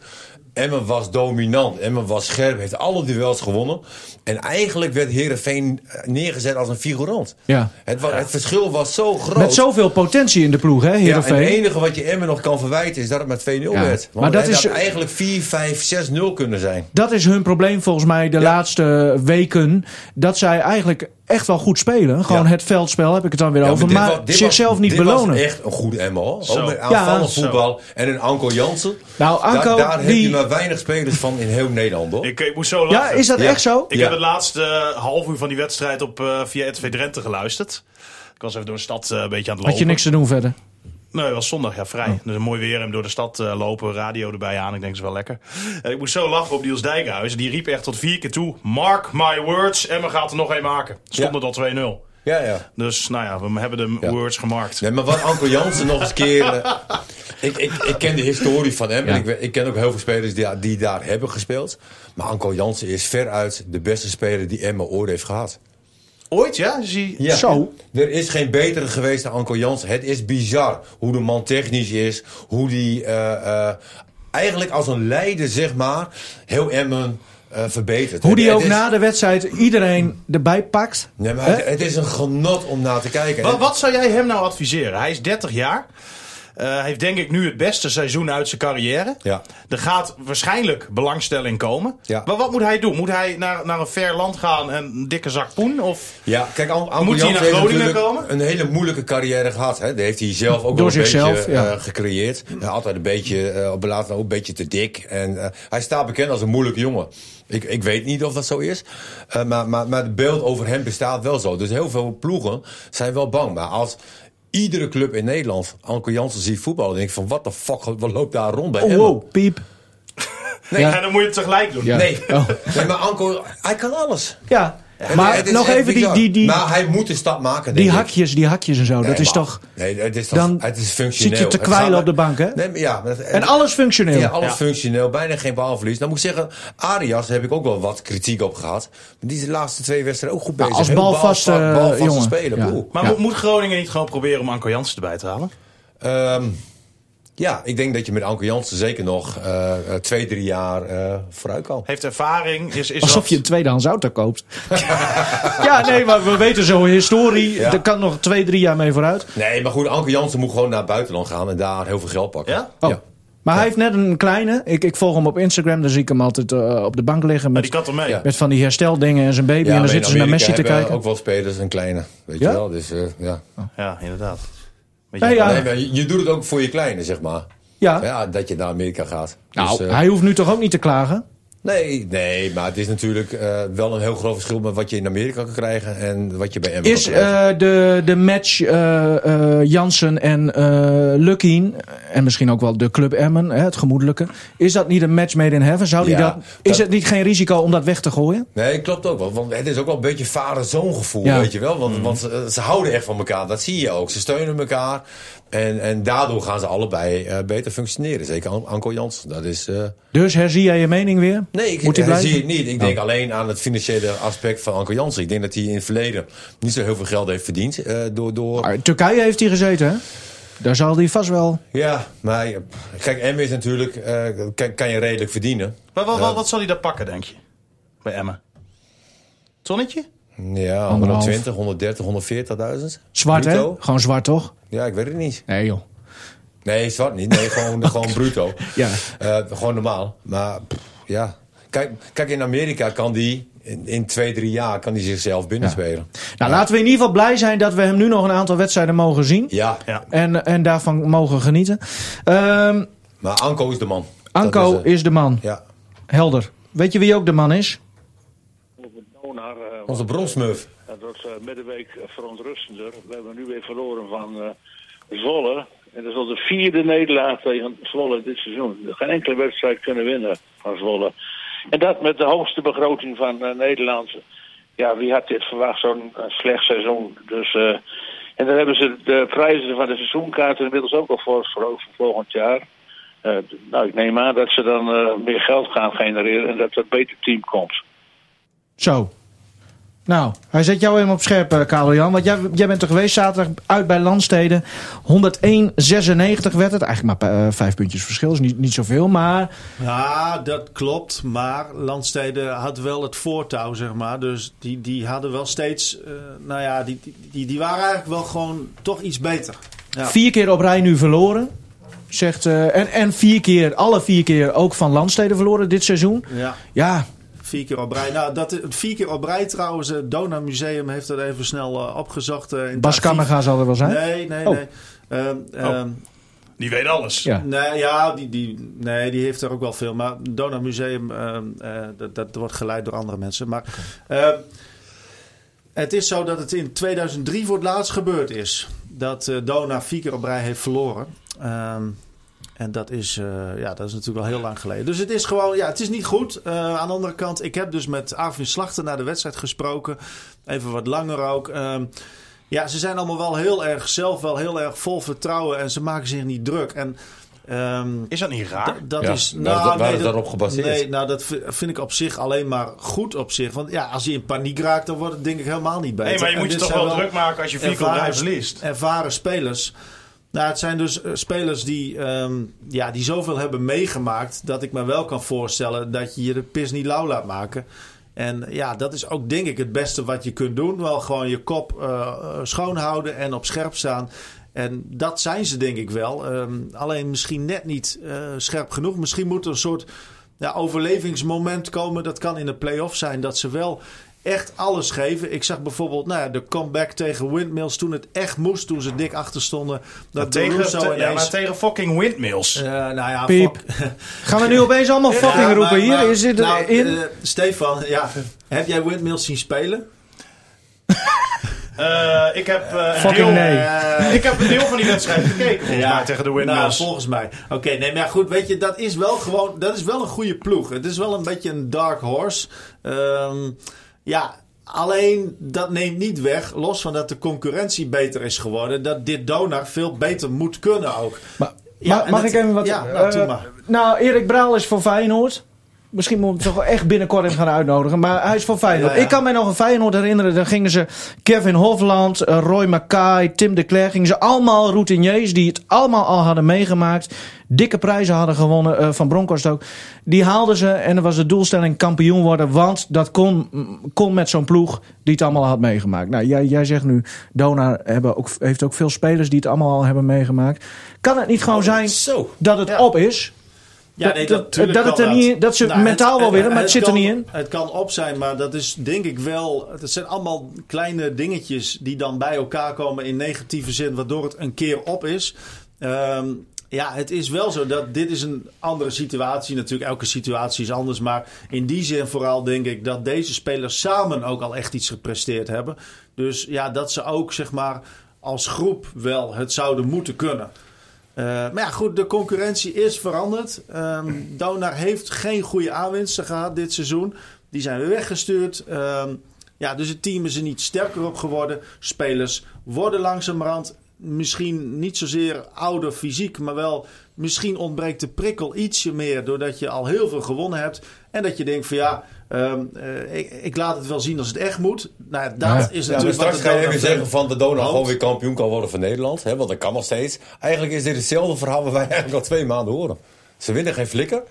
Speaker 3: Emmen was dominant. Emmen was scherp. Heeft alle duels gewonnen. En eigenlijk werd Heerenveen eh, neergezet als een figurant.
Speaker 1: Ja.
Speaker 3: Het, wa- het verschil was zo groot.
Speaker 1: Met zoveel potentie in de ploeg, hè,
Speaker 3: ja, en
Speaker 1: Heerenveen?
Speaker 3: het enige wat je Emmen nog kan verwijten is dat het met 2-0
Speaker 1: Ja.
Speaker 3: werd. Want
Speaker 1: Maar dat
Speaker 3: het
Speaker 1: is-
Speaker 3: had eigenlijk 4, 5, 6-0 kunnen zijn.
Speaker 1: Dat is hun probleem volgens mij de laatste weken. Dat zij eigenlijk echt wel goed spelen. Gewoon
Speaker 3: Ja.
Speaker 1: het veldspel heb ik het dan weer
Speaker 3: Ja,
Speaker 1: over.
Speaker 3: dit
Speaker 1: Maar
Speaker 3: wa- dit
Speaker 1: zichzelf
Speaker 3: was-
Speaker 1: niet
Speaker 3: dit
Speaker 1: belonen.
Speaker 3: was echt een goede Emmen hoor.
Speaker 2: Zo.
Speaker 3: Ook met
Speaker 2: Ja,
Speaker 3: aanvallend
Speaker 2: zo.
Speaker 3: voetbal. En een Anko Jansen.
Speaker 1: Nou,
Speaker 3: Daar-
Speaker 1: Anko,
Speaker 3: daar heb
Speaker 1: die-
Speaker 3: je maar weinig spelers van in heel Nederland hoor.
Speaker 2: Ik, ik moest zo
Speaker 1: Ja,
Speaker 2: lachen.
Speaker 1: is dat
Speaker 3: Ja.
Speaker 1: echt zo?
Speaker 2: Ik
Speaker 3: Ja.
Speaker 2: heb het laatste eh, half uur van die wedstrijd op, eh, via RTV Drenthe geluisterd. Ik was even door de stad eh, een beetje aan het lopen.
Speaker 1: Had je niks te doen verder?
Speaker 2: Nee, het was zondag, ja, vrij. Dus een mooi weer, hem door de stad eh, lopen, radio erbij aan. Ik denk, dat is wel lekker. En ik moest zo lachen op Niels Dijkhuizen. Die riep echt tot vier keer toe, mark my words, Emma gaat er nog één maken. Stond
Speaker 3: Ja.
Speaker 2: het al 2-0.
Speaker 3: Ja, ja.
Speaker 2: Dus nou ja, we hebben de
Speaker 3: Ja.
Speaker 2: words gemarkt.
Speaker 3: Nee, maar wat Anko Jansen nog eens keer. eh, ik, ik, ik ken de historie van hem. en Ik, we- ik ken ook heel veel spelers die, die daar hebben gespeeld. Maar Anko Jansen is veruit de beste speler die Emma ooit heeft gehad.
Speaker 2: Ooit, ja? Zie...
Speaker 1: Zo.
Speaker 3: Er is geen betere geweest dan Anko Jansen. Het is bizar hoe de man technisch is. Hoe die eh, eh, eigenlijk als een leider, zeg maar, heel Emmen eh, verbetert.
Speaker 1: Hoe die
Speaker 3: Het
Speaker 1: ook
Speaker 3: is-
Speaker 1: na de wedstrijd iedereen erbij pakt.
Speaker 3: Nee, maar
Speaker 1: Hè?
Speaker 3: het, het is een genot om naar te kijken.
Speaker 2: Wat, wat zou jij hem nou adviseren? Hij is 30 jaar. Eh, Hij heeft denk ik nu het beste seizoen uit zijn carrière.
Speaker 3: Ja.
Speaker 2: Er gaat waarschijnlijk belangstelling komen.
Speaker 3: Ja.
Speaker 2: Maar wat moet hij doen? Moet hij naar, naar een ver land gaan en een dikke zak poen? Of...
Speaker 3: Ja, kijk, Am- Amber
Speaker 2: Moet hij
Speaker 3: Jansen
Speaker 2: naar
Speaker 3: heeft
Speaker 2: Groningen
Speaker 3: natuurlijk
Speaker 2: komen?
Speaker 3: Een hele moeilijke carrière gehad. Hè? Die heeft hij zelf ook
Speaker 1: Door
Speaker 3: wel een
Speaker 1: zichzelf,
Speaker 3: beetje
Speaker 1: ja.
Speaker 3: eh, gecreëerd. Eh, altijd een beetje, eh, op later ook een beetje te dik. En eh, hij staat bekend als een moeilijke jongen. Ik, ik weet niet of dat zo is. Eh, maar, maar, maar het beeld over hem bestaat wel zo. Dus heel veel ploegen zijn wel bang. Maar als iedere club in Nederland Anko Jansen ziet voetballen... denk ik van, wat de fuck, wat loopt daar rond bij
Speaker 1: Oh,
Speaker 3: Emmen?
Speaker 1: wow, piep.
Speaker 2: Nee,
Speaker 1: Ja.
Speaker 2: en dan moet je het tegelijk doen.
Speaker 1: Ja.
Speaker 3: Nee.
Speaker 1: Oh.
Speaker 3: nee, maar Anko, hij kan alles.
Speaker 1: Ja.
Speaker 3: Het-
Speaker 1: Maar
Speaker 3: het is
Speaker 1: nog
Speaker 3: echt
Speaker 1: even die,
Speaker 3: bizar.
Speaker 1: die, die,
Speaker 3: Maar hij moet de stap maken,
Speaker 1: die
Speaker 3: denk ik.
Speaker 1: hakjes, die hakjes en zo. dat
Speaker 3: Nee,
Speaker 1: is
Speaker 3: maar-
Speaker 1: toch...
Speaker 3: Nee, het is toch,
Speaker 1: dan
Speaker 3: het is functioneel.
Speaker 1: zit je te
Speaker 3: Het
Speaker 1: kwijlen
Speaker 3: gaat-
Speaker 1: op de bank, hè?
Speaker 3: Nee, maar ja, maar-
Speaker 1: En alles functioneel.
Speaker 3: ja, alles
Speaker 2: Ja.
Speaker 3: functioneel, bijna geen balverlies. Dan moet ik zeggen, Arias daar heb ik ook wel wat kritiek op gehad. Maar die is de laatste twee wedstrijden ook goed bezig.
Speaker 1: Nou, als
Speaker 3: Heel
Speaker 1: balvaste, eh,
Speaker 3: balvast- balvaste
Speaker 1: jongen.
Speaker 3: speler.
Speaker 1: Ja.
Speaker 3: Boe.
Speaker 2: Maar
Speaker 1: Ja.
Speaker 2: moet- moet Groningen niet gewoon proberen om Anko Jansen erbij te halen?
Speaker 3: Ehm, ja, ik denk dat je met Anke Jansen zeker nog eh, eh, twee, drie jaar eh, vooruit kan.
Speaker 2: Heeft ervaring, is, is
Speaker 1: Alsof
Speaker 2: wat-
Speaker 1: je een tweedehands auto
Speaker 3: <laughs>
Speaker 1: koopt. ja, nee, maar we weten zo'n historie.
Speaker 3: Ja.
Speaker 1: Daar kan nog twee, drie jaar mee vooruit.
Speaker 3: Nee, maar goed, Anke Jansen moet gewoon naar het buitenland gaan en daar heel veel geld pakken.
Speaker 2: Ja?
Speaker 1: Oh. Maar hij heeft net een kleine. Ik, ik volg hem op Instagram. Daar zie ik hem altijd eh, op de bank liggen
Speaker 2: Maar
Speaker 1: met,
Speaker 2: die kan toch mee?
Speaker 3: Ja.
Speaker 1: met van die hersteldingen en zijn baby. en
Speaker 3: maar
Speaker 1: dan
Speaker 3: in
Speaker 1: zitten ze naar
Speaker 3: nou, Amerika
Speaker 1: Messi te
Speaker 3: hebben
Speaker 1: kijken.
Speaker 3: ook wel spelers, een kleine. Weet
Speaker 1: Ja?
Speaker 3: je wel, dus eh, ja.
Speaker 2: Ja, inderdaad. Weet
Speaker 1: Nee, ja. Ah.
Speaker 3: Nee, maar je, je doet het ook voor je kleine, zeg maar.
Speaker 1: Ja.
Speaker 3: Ja, dat je naar Amerika gaat.
Speaker 1: Nou,
Speaker 3: Dus, eh,
Speaker 1: hij hoeft nu toch ook niet te klagen?
Speaker 3: nee, nee, maar het is natuurlijk eh, wel een heel groot verschil met wat je in Amerika kan krijgen en wat je bij Emmen
Speaker 1: Is
Speaker 3: kan krijgen.
Speaker 1: eh, de, de match eh, eh, Jansen en eh Lukien, en misschien ook wel de club Emmen, hè, het gemoedelijke, is dat niet een match made in heaven? Zou die
Speaker 3: Ja,
Speaker 1: dat, is
Speaker 3: dat-
Speaker 1: het niet geen risico om dat weg te gooien?
Speaker 3: Nee, klopt ook wel. Want het is ook wel een beetje vader-zoon gevoel,
Speaker 1: Ja.
Speaker 3: weet je wel. Want, want ze, ze houden echt van elkaar, dat zie je ook. Ze steunen elkaar en, en daardoor gaan ze allebei eh, beter functioneren. Zeker An- Anko Jansen, dat is... eh,
Speaker 1: Dus herzie jij je mening weer?
Speaker 3: Nee, ik,
Speaker 1: Moet hij
Speaker 3: hij
Speaker 1: blijven?
Speaker 3: zie het niet. Ik denk alleen aan het financiële aspect van Anko Jansen. Ik denk dat hij in het verleden niet zo heel veel geld heeft verdiend. eh, door, door...
Speaker 1: Maar in Turkije heeft hij gezeten, hè? Daar zal hij vast wel.
Speaker 3: Ja, maar eh, kijk, M is natuurlijk, eh, kan, kan je redelijk verdienen.
Speaker 2: Maar wat, wat, wat zal hij daar pakken, denk je? Bij Emmen? Tonnetje?
Speaker 3: Ja,
Speaker 1: Anderhalf.
Speaker 3: 120, 130, 140.000.
Speaker 1: Zwart,
Speaker 3: bruto.
Speaker 1: hè? Gewoon zwart, toch?
Speaker 3: Ja, ik weet het niet.
Speaker 1: Nee, joh.
Speaker 3: Nee, zwart niet. Nee, gewoon,
Speaker 1: <laughs>
Speaker 3: gewoon bruto.
Speaker 1: Ja.
Speaker 3: Eh, gewoon normaal. Maar pff, ja, kijk, kijk, in Amerika kan die in, in twee, drie jaar kan die zichzelf binnenspelen.
Speaker 1: Nou, laten we in ieder geval blij zijn dat we hem nu nog een aantal wedstrijden mogen zien.
Speaker 3: Ja,
Speaker 2: Ja.
Speaker 1: En, en daarvan mogen genieten. Ehm,
Speaker 3: maar Anko is de man. Dat
Speaker 1: Anko
Speaker 3: eh,
Speaker 1: is, de man.
Speaker 3: ja.
Speaker 1: Helder. Weet je wie ook de man is?
Speaker 5: Donar, eh,
Speaker 3: Onze bronsmuf.
Speaker 5: dat was eh, middenweek verontrustender. We hebben nu weer verloren van eh Zwolle. En dat is al de vierde nederlaag tegen Zwolle dit seizoen. Geen enkele wedstrijd kunnen winnen van Zwolle. En dat met de hoogste begroting van eh, Nederland. Ja, wie had dit verwacht? Zo'n eh, slecht seizoen. Dus, eh, en dan hebben ze de prijzen van de seizoenkaarten inmiddels ook al voorverhoogd voor volgend jaar. Eh, nou, ik neem aan dat ze dan eh, meer geld gaan genereren en dat er een beter team komt.
Speaker 1: Zo. Nou, hij zet jou helemaal op scherp, eh, Karel-Jan. Want jij, jij bent er geweest zaterdag uit bij Landsteden. 101,96 werd het. Eigenlijk maar eh, vijf puntjes verschil. Is niet, niet zoveel. Maar
Speaker 4: Ja, dat klopt. Maar Landstede had wel het voortouw, zeg maar. Dus die, die hadden wel steeds... eh, nou ja, die, die, die, die waren eigenlijk wel gewoon toch iets beter. Ja.
Speaker 1: vier keer op rij nu verloren. Zegt, eh, en, en vier keer, alle vier keer ook van Landsteden verloren dit seizoen.
Speaker 4: Ja,
Speaker 1: Ja,
Speaker 4: vier keer op rij. Nou, dat, vier keer op rij trouwens. Het Dona Museum heeft dat even snel eh, opgezocht. eh, in het
Speaker 1: Bas
Speaker 4: archief.
Speaker 1: Kammerga zal er wel zijn.
Speaker 4: Nee, nee,
Speaker 1: Oh.
Speaker 4: nee. Ehm, ehm,
Speaker 2: Die weet alles.
Speaker 1: Ja.
Speaker 4: Nee, ja, die, die, nee, die heeft er ook wel veel. Maar het Donau Museum, ehm, eh, dat, dat wordt geleid door andere mensen. Maar ehm, het is zo dat het in 2003 voor het laatst gebeurd is. Dat eh Dona vier keer op rij heeft verloren. Ehm, en dat is, eh, ja, dat is natuurlijk al heel lang geleden. Dus het is gewoon, ja, het is niet goed. Eh, aan de andere kant, ik heb dus met Arvin Slachter na de wedstrijd gesproken. Even wat langer ook. Ehm, ja, ze zijn allemaal wel heel erg zelf, wel heel erg vol vertrouwen. En ze maken zich niet druk. En ehm,
Speaker 2: Is dat niet raar?
Speaker 4: d- dat
Speaker 3: Ja,
Speaker 4: is. Nou,
Speaker 3: waar- waar is dat op gebaseerd?
Speaker 4: Nee, nou, dat vi- vind ik op zich alleen maar goed op zich. Want ja, als je in paniek raakt, dan wordt het denk ik helemaal niet beter.
Speaker 2: Nee, maar je
Speaker 4: En
Speaker 2: moet je
Speaker 4: dit
Speaker 2: toch
Speaker 4: zijn
Speaker 2: wel druk maken als je vier keer op rij
Speaker 4: ervaren-
Speaker 2: verliest.
Speaker 4: Ervaren spelers. Nou, het zijn dus eh, spelers die, ehm, ja, die zoveel hebben meegemaakt. dat ik me wel kan voorstellen dat je je de pis niet lauw laat maken. En ja, dat is ook denk ik het beste wat je kunt doen. Wel gewoon je kop eh, schoonhouden schoon houden en op scherp staan. En dat zijn ze denk ik wel. Ehm, alleen misschien net niet eh, scherp genoeg. Misschien moet er een soort ja, overlevingsmoment komen. Dat kan in de play-off zijn. Dat ze wel echt alles geven. Ik zag bijvoorbeeld nou ja, de comeback tegen Windmills toen het echt moest. Toen ze dik achter stonden. Dat
Speaker 2: tegen,
Speaker 4: Dorusso
Speaker 2: te- ja, maar
Speaker 4: ineens...
Speaker 2: tegen fucking windmills.
Speaker 4: eh, nou ja,
Speaker 1: Piep.
Speaker 4: fuck.
Speaker 1: Gaan we nu opeens allemaal <laughs> fucking
Speaker 4: Ja,
Speaker 1: roepen
Speaker 4: maar-
Speaker 1: hier?
Speaker 4: maar-
Speaker 1: is dit
Speaker 4: nou,
Speaker 1: erin?
Speaker 4: eh, Stefan, ja, heb jij Windmills zien spelen?
Speaker 2: Eh, ik, heb, eh, een
Speaker 1: Fucking
Speaker 2: deel,
Speaker 1: nee.
Speaker 2: eh, ik heb een deel van die wedstrijd gekeken, volgens mij, tegen de
Speaker 4: Nou,
Speaker 2: windmills.
Speaker 4: volgens mij. Oké, nee, maar goed, weet je, dat is wel gewoon, dat is wel een goede ploeg. Het is wel een beetje een dark horse. Ehm, ja, alleen dat neemt niet weg, los van dat de concurrentie beter is geworden, dat dit Donar veel beter moet kunnen ook.
Speaker 1: Maar,
Speaker 4: Ja,
Speaker 1: mag-
Speaker 4: en
Speaker 1: mag
Speaker 4: dat-
Speaker 1: ik even wat...
Speaker 4: ja, nou,
Speaker 1: eh,
Speaker 4: doe maar.
Speaker 1: nou, Erik Braal is van Feyenoord. Misschien moet ik hem toch wel echt binnenkort even gaan uitnodigen. Maar hij is van Feyenoord.
Speaker 4: Ja, ja.
Speaker 1: Ik kan mij nog een Feyenoord herinneren. Daar gingen ze Kevin Hofland, eh, Roy Mackay, Tim de Klerk. Gingen ze allemaal routiniers die het allemaal al hadden meegemaakt. Dikke prijzen hadden gewonnen. eh, van Bronkhorst ook. Die haalden ze. En er was de doelstelling kampioen worden. Want dat kon, mm, kon met zo'n ploeg die het allemaal had meegemaakt. Nou, jij, jij zegt nu, Dona hebben ook, heeft ook veel spelers die het allemaal al hebben meegemaakt. Kan het niet gewoon zijn
Speaker 3: Zo.
Speaker 1: dat het op is? Dat- dat-
Speaker 4: natuurlijk
Speaker 1: dat het
Speaker 4: kan
Speaker 1: er niet in- dat ze mentaal wel willen, maar het zit er
Speaker 4: kan-
Speaker 1: niet in.
Speaker 4: Het kan op zijn, maar dat is denk ik wel. Het zijn allemaal kleine dingetjes die dan bij elkaar komen in negatieve zin, waardoor het een keer op is. Ehm, Ja, het is wel zo dat dit is een andere situatie. Natuurlijk, elke situatie is anders. Maar in die zin vooral denk ik dat deze spelers samen ook al echt iets gepresteerd hebben. Dus ja, dat ze ook zeg maar als groep wel het zouden moeten kunnen. Eh, maar ja, goed, de concurrentie is veranderd. Ehm Donar heeft geen goede aanwinsten gehad dit seizoen. Die zijn weer weggestuurd. Ehm, ja, dus het team is er niet sterker op geworden. Spelers worden langzamerhand misschien niet zozeer ouder fysiek, maar wel misschien ontbreekt de prikkel ietsje meer doordat je al heel veel gewonnen hebt. En dat je denkt van ja, ehm, eh, ik, ik laat het wel zien als het echt moet. Nou, ja, dat
Speaker 3: Ja.
Speaker 4: is
Speaker 3: Ja, maar
Speaker 4: natuurlijk
Speaker 3: straks
Speaker 4: wat
Speaker 3: ga
Speaker 4: de
Speaker 3: je even
Speaker 4: Donar
Speaker 3: zeggen
Speaker 4: vindt.
Speaker 3: van de Donau
Speaker 4: Want-
Speaker 3: gewoon weer kampioen kan worden van Nederland. Hè, want dat kan nog steeds. Eigenlijk is dit hetzelfde verhaal wat wij <laughs> eigenlijk al twee maanden horen. Ze winnen geen flikker.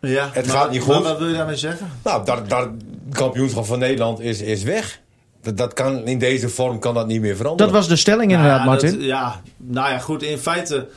Speaker 4: Ja,
Speaker 3: Het
Speaker 4: maar-
Speaker 3: gaat niet
Speaker 4: maar
Speaker 3: goed.
Speaker 4: Wat wil je daarmee zeggen?
Speaker 3: Nou, daar, daar, kampioenschap van Nederland is, is weg. Dat, dat kan, in deze vorm kan dat niet meer veranderen.
Speaker 1: Dat was de stelling inderdaad,
Speaker 4: ja,
Speaker 1: Martin.
Speaker 4: dat- ja, nou ja, goed. In feite,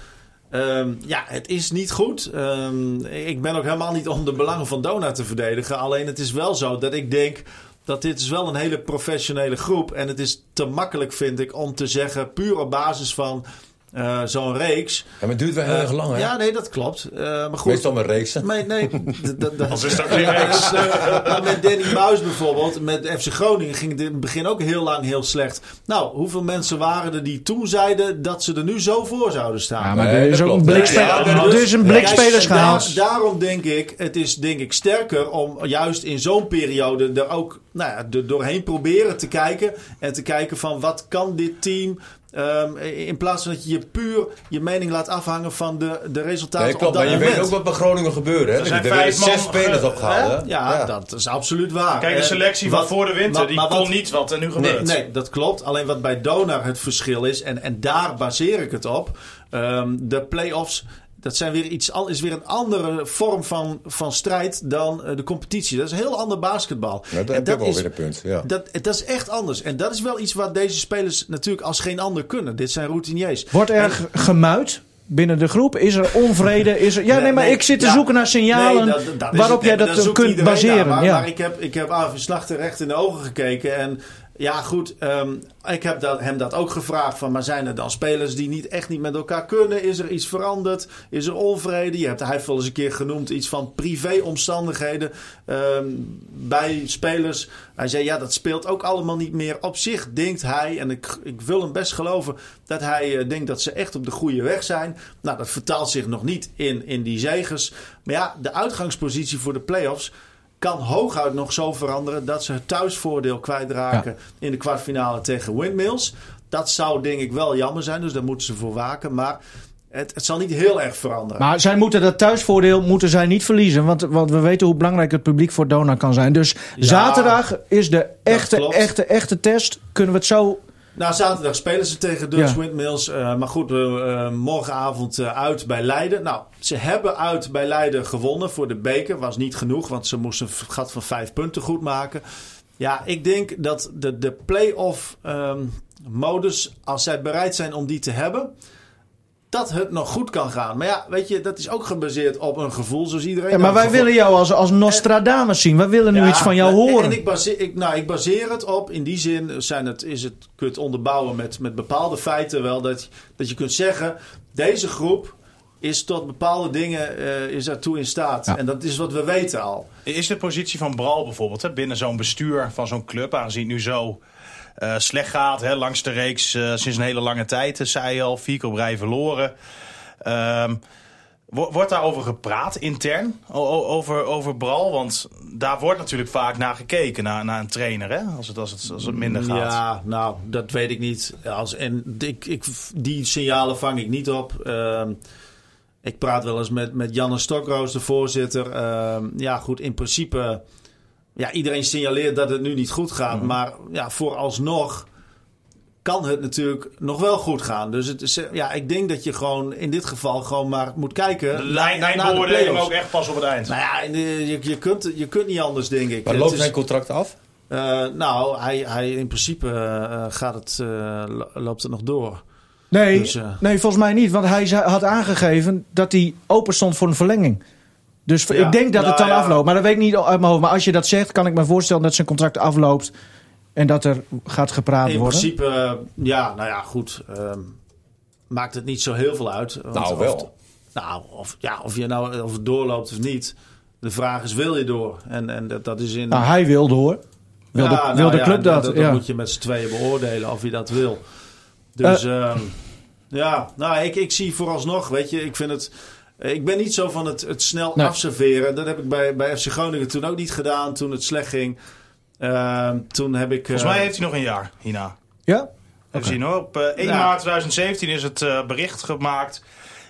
Speaker 4: ehm, ja, het is niet goed. Ehm, ik ben ook helemaal niet om de belangen van Dona te verdedigen. Alleen het is wel zo dat ik denk dat dit is wel een hele professionele groep. En het is te makkelijk, vind ik, om te zeggen, puur op basis van eh, zo'n reeks.
Speaker 3: Ja, maar het duurt wel heel erg lang, hè?
Speaker 4: ja, nee, dat klopt. Eh, maar goed.
Speaker 3: Meestal met reeksen.
Speaker 4: Nee, nee. d- d- d-
Speaker 2: Als is dat
Speaker 4: <laughs>
Speaker 2: geen
Speaker 4: Ja,
Speaker 2: reeks.
Speaker 4: dus, eh, maar met Danny Buis bijvoorbeeld, met FC Groningen ging het in het begin ook heel lang heel slecht. Nou, hoeveel mensen waren er die toen zeiden dat ze er nu zo voor zouden staan?
Speaker 1: Ja, Ah, maar
Speaker 3: Nee,
Speaker 1: er is
Speaker 3: dat
Speaker 1: ook een
Speaker 3: klopt.
Speaker 1: blikspe-
Speaker 2: Ja, dat
Speaker 1: er is een
Speaker 4: Kijk,
Speaker 1: blikspelers
Speaker 4: en daar-
Speaker 1: gehaald.
Speaker 4: daarom denk ik, het is denk ik sterker om juist in zo'n periode er ook nou ja, er doorheen proberen te kijken. En te kijken van wat kan dit team. ehm, in plaats van dat je je puur je mening laat afhangen van de, de resultaten
Speaker 3: Nee,
Speaker 4: op
Speaker 3: klopt.
Speaker 4: dat
Speaker 3: Maar je
Speaker 4: moment.
Speaker 3: weet ook wat bij Groningen gebeurde, hè?
Speaker 2: Er zijn
Speaker 3: Er werden
Speaker 2: vijf man,
Speaker 3: zes spelers
Speaker 2: eh,
Speaker 3: opgehaald, hè?
Speaker 4: Hè? Ja, dat is absoluut waar.
Speaker 2: Kijk, de
Speaker 4: En
Speaker 2: selectie van
Speaker 4: Eh, wat-
Speaker 2: voor de winter,
Speaker 4: maar-
Speaker 2: die
Speaker 4: maar
Speaker 2: kon
Speaker 4: wat-
Speaker 2: niet wat er nu
Speaker 4: Nee,
Speaker 2: gebeurt.
Speaker 4: nee, dat klopt. Alleen wat bij Donar het verschil is, en, en daar baseer ik het op. ehm, de play-offs, dat zijn weer iets, an- is weer een andere vorm van, van strijd dan eh, de competitie. Dat is een heel ander basketbal.
Speaker 3: Ja,
Speaker 4: En
Speaker 3: dat heb ik wel
Speaker 4: is-
Speaker 3: weer een punt, ja.
Speaker 4: dat, dat is echt anders. En dat is wel iets wat deze spelers natuurlijk als geen ander kunnen. Dit zijn routiniers.
Speaker 1: Wordt erg gemuid binnen de groep? Is er onvrede? Is er... Ja, nee, maar ik zit te
Speaker 4: ja.
Speaker 1: zoeken naar signalen
Speaker 4: Nee, dat- dat is
Speaker 1: waarop
Speaker 4: het.
Speaker 1: jij
Speaker 4: Nee,
Speaker 1: dat
Speaker 4: daar zoekt
Speaker 1: kunt
Speaker 4: iedereen
Speaker 1: baseren.
Speaker 4: naar. maar
Speaker 1: ja.
Speaker 4: maar ik, heb, ik heb Arvin Slachter recht in de ogen gekeken. En ja, goed, ehm, ik heb dat, hem dat ook gevraagd. Van, maar zijn er dan spelers die niet, echt niet met elkaar kunnen? Is er iets veranderd? Is er onvrede? Je hebt, hij heeft wel eens een keer genoemd iets van privéomstandigheden ehm, bij spelers. Hij zei, ja, dat speelt ook allemaal niet meer. Op zich denkt hij, en ik, ik wil hem best geloven... dat hij eh, denkt dat ze echt op de goede weg zijn. Nou, dat vertaalt zich nog niet in, in die zegers. Maar ja, de uitgangspositie voor de play-offs kan hooguit nog zo veranderen dat ze het thuisvoordeel kwijtraken in de kwartfinale tegen Windmills. Dat zou denk ik wel jammer zijn, dus daar moeten ze voor waken. Maar het, het zal niet heel erg veranderen.
Speaker 1: Maar zij moeten dat thuisvoordeel moeten zij niet verliezen. Want, want we weten hoe belangrijk het publiek voor Dona kan zijn. Dus zaterdag is de echte,
Speaker 4: klopt.
Speaker 1: echte, echte test. Kunnen we het zo...
Speaker 4: Nou, zaterdag spelen ze tegen Dutch
Speaker 1: Ja.
Speaker 4: Windmills. eh, maar goed, eh, eh, morgenavond eh, uit bij Leiden. Nou, ze hebben uit bij Leiden gewonnen voor de beker. Was niet genoeg, want ze moesten een gat van vijf punten goed maken. Ja, ik denk dat de, de play-off ehm, modus, als zij bereid zijn om die te hebben... dat het nog goed kan gaan. Maar ja, weet je, dat is ook gebaseerd op een gevoel, zoals iedereen...
Speaker 1: Ja, maar
Speaker 4: een
Speaker 1: wij
Speaker 4: gevoel-
Speaker 1: willen jou als, als Nostradamus zien. Wij willen nu
Speaker 4: ja,
Speaker 1: iets van jou
Speaker 4: en-
Speaker 1: horen.
Speaker 4: En ik baseer, ik, nou, ik baseer het op, in die zin zijn het, is het, kun je het onderbouwen met, met bepaalde feiten wel. Dat, dat je kunt zeggen, deze groep is tot bepaalde dingen eh, is daartoe in staat. En dat is wat we weten al.
Speaker 2: Is de positie van Bral bijvoorbeeld hè, binnen zo'n bestuur van zo'n club, aangezien het nu zo eh, slecht gaat, hè, langs de reeks eh, sinds een hele lange tijd, eh, zei je al, vier keer op rij verloren. Ehm, wo- wordt daarover gepraat intern, O- o- over, over Bral? Want daar wordt natuurlijk vaak naar gekeken, naar, naar een trainer, hè? Als, het, als, het, als het minder gaat.
Speaker 4: Ja, nou, dat weet ik niet. Als, en ik, ik, die signalen vang ik niet op. Ehm, ik praat wel eens met, met Janne Stokroos, de voorzitter. Ehm, ja, goed, in principe... Ja, iedereen signaleert dat het nu niet goed gaat.
Speaker 2: Mhm.
Speaker 4: Maar ja, vooralsnog kan het natuurlijk nog wel goed gaan. Dus het is, ja, ik denk dat je gewoon in dit geval gewoon maar moet kijken...
Speaker 2: De
Speaker 4: naar-
Speaker 2: lijn-
Speaker 4: naar de
Speaker 2: lijnbeoordeling
Speaker 4: play-offs.
Speaker 2: ook echt pas op het eind.
Speaker 4: Nou ja, en, eh, je, je, kunt, je kunt niet anders, denk ik.
Speaker 3: Maar
Speaker 4: Het
Speaker 3: loopt
Speaker 4: is-
Speaker 3: zijn contract af?
Speaker 4: eh, nou, hij, hij in principe eh, gaat het, eh, lo- loopt het nog door.
Speaker 1: Nee,
Speaker 4: Dus, eh,
Speaker 1: nee, volgens mij niet. Want hij zei- had aangegeven dat hij open stond voor een verlenging. Dus v-
Speaker 4: Ja,
Speaker 1: ik denk dat het dan
Speaker 4: nou ja.
Speaker 1: afloopt. Maar dat weet ik niet uit mijn hoofd. Maar als je dat zegt, kan ik me voorstellen dat zijn contract afloopt. En dat er gaat gepraat
Speaker 4: in
Speaker 1: worden.
Speaker 4: principe, eh, ja, nou ja, goed. ehm, maakt het niet zo heel veel uit. Want
Speaker 3: Nou,
Speaker 4: of-
Speaker 3: wel.
Speaker 4: Nou, of, ja, of je nou of het doorloopt of niet. De vraag is, wil je door? En, en dat, dat is in...
Speaker 1: Nou, hij wil door. Wil
Speaker 4: Ja,
Speaker 1: de,
Speaker 4: nou
Speaker 1: wil de
Speaker 4: ja,
Speaker 1: club dat?
Speaker 4: Dat,
Speaker 1: ja. Eh.
Speaker 4: moet je met z'n tweeën beoordelen of je dat wil. Dus ehm, ja, nou, ik, ik zie vooralsnog, weet je, ik vind het... Ik ben niet zo van het, het snel
Speaker 1: Nee.
Speaker 4: afserveren. Dat heb ik bij, bij FC Groningen toen ook niet gedaan, toen het slecht ging. Ehm, toen heb ik...
Speaker 2: Volgens mij heeft hij nog een jaar hierna.
Speaker 1: ja?
Speaker 2: Even zien hoor. Op eh, 1
Speaker 4: Ja.
Speaker 2: maart 2017 is het eh, bericht gemaakt.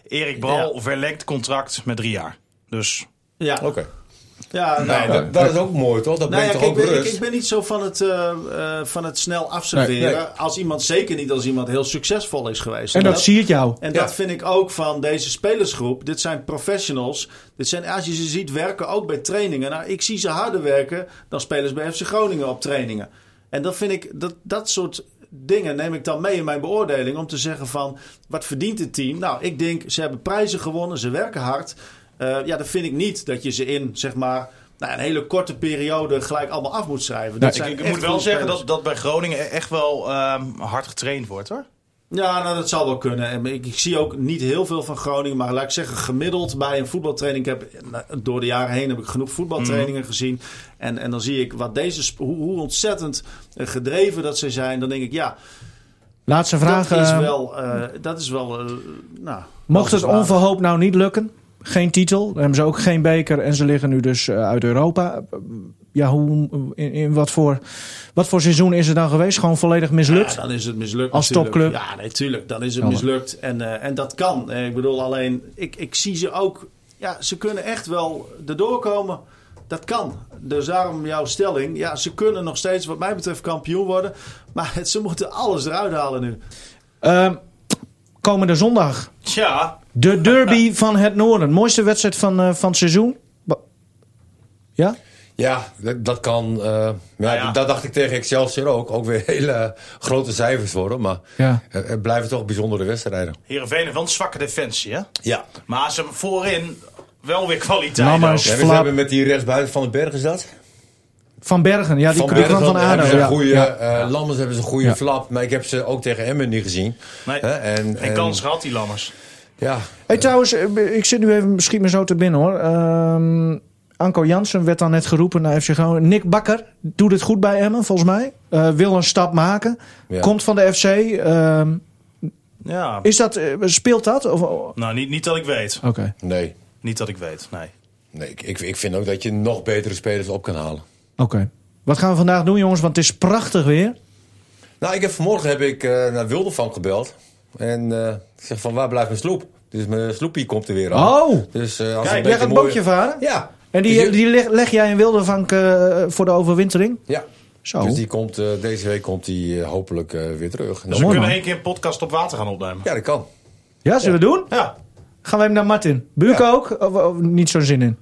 Speaker 2: Erik Bral verlengt contract met drie jaar. Dus
Speaker 4: Ja,
Speaker 3: Oké.
Speaker 4: ja nou,
Speaker 3: Nee, dat, dat is ook mooi, toch? Dat
Speaker 4: Nou ja,
Speaker 3: brengt
Speaker 4: kijk,
Speaker 3: toch
Speaker 4: ik,
Speaker 3: ook
Speaker 4: ben, ik,
Speaker 3: rust?
Speaker 4: ik ben niet zo van het, eh, eh, van het snel afserveren.
Speaker 3: Nee, nee.
Speaker 4: Als iemand, zeker niet als iemand heel succesvol is geweest.
Speaker 1: En dat siert jou.
Speaker 4: En
Speaker 3: Ja.
Speaker 4: dat vind ik ook van deze spelersgroep. Dit zijn professionals. Dit zijn, als je ze ziet werken, ook bij trainingen. Nou, ik zie ze harder werken dan spelers bij FC Groningen op trainingen. En dat vind ik, dat, dat soort dingen neem ik dan mee in mijn beoordeling. Om te zeggen van, wat verdient het team? Nou, ik denk, ze hebben prijzen gewonnen, ze werken hard. Eh, ja, dat vind ik niet dat je ze in, zeg maar, nou, een hele korte periode gelijk allemaal af moet schrijven. Dat zijn
Speaker 2: ik, ik
Speaker 4: echt
Speaker 2: moet wel
Speaker 4: goede
Speaker 2: zeggen
Speaker 4: spelers.
Speaker 2: dat, dat bij Groningen e- echt wel ehm, hard getraind wordt hoor.
Speaker 4: Ja, nou, dat zal wel kunnen. En Ik, ik zie ook niet heel veel van Groningen. Maar laat ik zeggen, gemiddeld bij een voetbaltraining. Ik heb, nou, door de jaren heen heb ik genoeg voetbaltrainingen gezien. En, en dan zie ik wat deze, sp- hoe, hoe ontzettend eh, gedreven dat ze zijn. Dan denk ik, ja,
Speaker 1: Laatste vraag.
Speaker 4: dat is
Speaker 1: eh,
Speaker 4: wel... eh, dat is wel eh, nou,
Speaker 1: mocht het
Speaker 4: wel zwaar.
Speaker 1: onverhoopt nou niet lukken, geen titel, dan hebben ze ook geen beker en ze liggen nu dus eh, uit Europa. Ja, hoe, in, in wat, voor, wat voor seizoen is het dan geweest? Gewoon volledig mislukt?
Speaker 4: Ja, dan is het mislukt.
Speaker 1: Als
Speaker 4: natuurlijk.
Speaker 1: topclub.
Speaker 4: Ja, natuurlijk. dan is het
Speaker 1: Jammer.
Speaker 4: mislukt. En, eh, en dat kan. Eh, ik bedoel, alleen, ik, ik zie ze ook. Ja, ze kunnen echt wel erdoor komen. Dat kan. Dus daarom jouw stelling. Ja, ze kunnen nog steeds, wat mij betreft, kampioen worden. Maar het- ze moeten alles eruit halen nu.
Speaker 1: Ehm, komende zondag.
Speaker 2: Tja,
Speaker 1: De derby van het Noorden. Mooiste wedstrijd van, eh, van het seizoen. Ba- Ja?
Speaker 3: Ja, dat, dat kan. eh, ja,
Speaker 2: Nou ja.
Speaker 3: d- Dat dacht ik tegen Excelsior ook. Ook weer hele eh, grote cijfers worden. Maar
Speaker 1: Ja.
Speaker 3: het, het blijven toch bijzondere wedstrijden.
Speaker 2: Heerenveen heeft wel een zwakke defensie hè.
Speaker 3: Ja.
Speaker 2: Maar ze hebben voorin wel weer kwaliteit.
Speaker 1: Lammers.
Speaker 2: ook.
Speaker 3: Ja, we
Speaker 1: Flap.
Speaker 3: hebben met die rechtsbuiten van den Berg is dat?
Speaker 1: Van Bergen. Ja, die
Speaker 3: Van
Speaker 1: van
Speaker 3: Berg
Speaker 1: van ADO.
Speaker 3: hebben ze een
Speaker 1: ja.
Speaker 3: goede,
Speaker 1: Ja.
Speaker 3: eh, Lammers hebben ze een goede
Speaker 1: Ja.
Speaker 3: flap. Maar ik heb ze ook tegen Emmen niet gezien.
Speaker 2: Nee,
Speaker 3: Hè, en,
Speaker 2: geen
Speaker 3: en-
Speaker 2: kans gehad die Lammers.
Speaker 3: Ja,
Speaker 1: Hey, trouwens, eh, ik zit nu even, misschien me zo te binnen hoor. Ehm, Anko Jansen werd dan net geroepen naar FC Groningen. Nick Bakker doet het goed bij Emmen, volgens mij. Eh, wil een stap maken.
Speaker 3: Ja.
Speaker 1: Komt van de FC. Ehm,
Speaker 2: Ja.
Speaker 1: is dat, eh, speelt dat? Of- Oké.
Speaker 2: Nou, niet, niet dat ik weet.
Speaker 1: Oké.
Speaker 3: nee.
Speaker 2: Niet dat ik weet, nee.
Speaker 3: nee ik, ik, ik vind ook dat je nog betere spelers op kan halen.
Speaker 1: Wat gaan we vandaag doen, jongens? Want het is prachtig weer.
Speaker 3: Nou, ik heb vanmorgen heb ik, eh, naar Wildervan gebeld. En eh, ik zeg van, waar blijft mijn sloep? Dus mijn sloepie komt er weer aan.
Speaker 1: Oh!
Speaker 3: Dus, eh, als
Speaker 1: Kijk,
Speaker 3: beetje
Speaker 1: jij gaat
Speaker 3: mooie-
Speaker 1: bootje varen?
Speaker 3: Ja.
Speaker 1: En
Speaker 3: Dus
Speaker 1: die, die leg, leg jij in Wildervank eh, voor de overwintering?
Speaker 3: Ja.
Speaker 1: Zo.
Speaker 3: Dus die komt, eh, deze week komt die eh, hopelijk eh, weer terug. En
Speaker 2: Dus
Speaker 3: dan-
Speaker 2: we
Speaker 1: mooi,
Speaker 2: kunnen
Speaker 1: man.
Speaker 2: één keer een podcast op water gaan opnemen.
Speaker 3: Ja, dat kan.
Speaker 1: Ja, zullen we doen?
Speaker 2: Ja.
Speaker 1: Gaan we hem naar Martin. Buurk
Speaker 3: Ja.
Speaker 1: ook? Of, of niet zo'n zin in?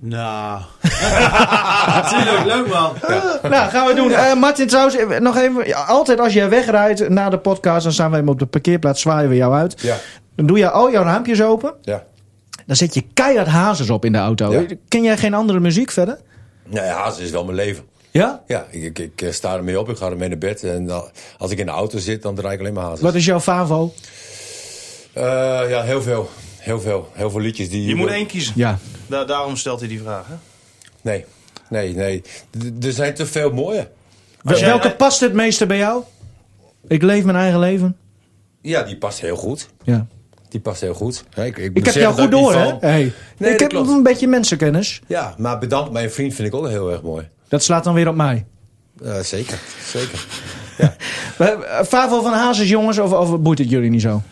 Speaker 4: Nou. <laughs> Natuurlijk, leuk man.
Speaker 1: Nou, gaan we doen. Eh, Martin, trouwens, eh, nog even. ja, Altijd als jij wegrijdt na de podcast, dan staan we hem op de parkeerplaats, zwaaien we jou uit.
Speaker 3: Ja.
Speaker 1: Dan doe je al jouw raampjes open.
Speaker 3: Ja.
Speaker 1: Dan zet je keihard hazes op in de auto.
Speaker 3: Ja.
Speaker 1: Ken jij geen andere muziek verder?
Speaker 3: Nou ja, ze is wel mijn leven.
Speaker 1: Ja?
Speaker 3: Ja, ik, ik, ik eh, sta ermee op, ik ga ermee naar bed. En dan- als ik in de auto zit, dan draai ik alleen maar hazen.
Speaker 1: Wat is jouw favo?
Speaker 3: ja, heel veel. Heel veel. Heel veel liedjes die...
Speaker 2: Je moet één kiezen.
Speaker 1: Ja.
Speaker 2: Da- daarom stelt hij die vraag. Hè?
Speaker 3: Nee, nee, nee. D- er zijn te veel mooie.
Speaker 2: Als jij-
Speaker 1: Welke past het meeste bij jou? Ik leef mijn eigen leven.
Speaker 3: Ja, die past heel goed.
Speaker 1: Ja.
Speaker 3: Die past heel goed. Hè, ik
Speaker 1: Ik heb jou goed door, hè? Hey.
Speaker 3: Nee,
Speaker 1: ik
Speaker 3: dat
Speaker 1: heb
Speaker 3: klopt.
Speaker 1: een beetje mensenkennis.
Speaker 3: Ja, maar bedankt mijn vriend vind ik ook heel erg mooi.
Speaker 1: Dat slaat dan weer op mij.
Speaker 3: Eh, zeker, zeker.
Speaker 1: Eh, Favo van Hazes, jongens, of, of boeit het jullie niet zo?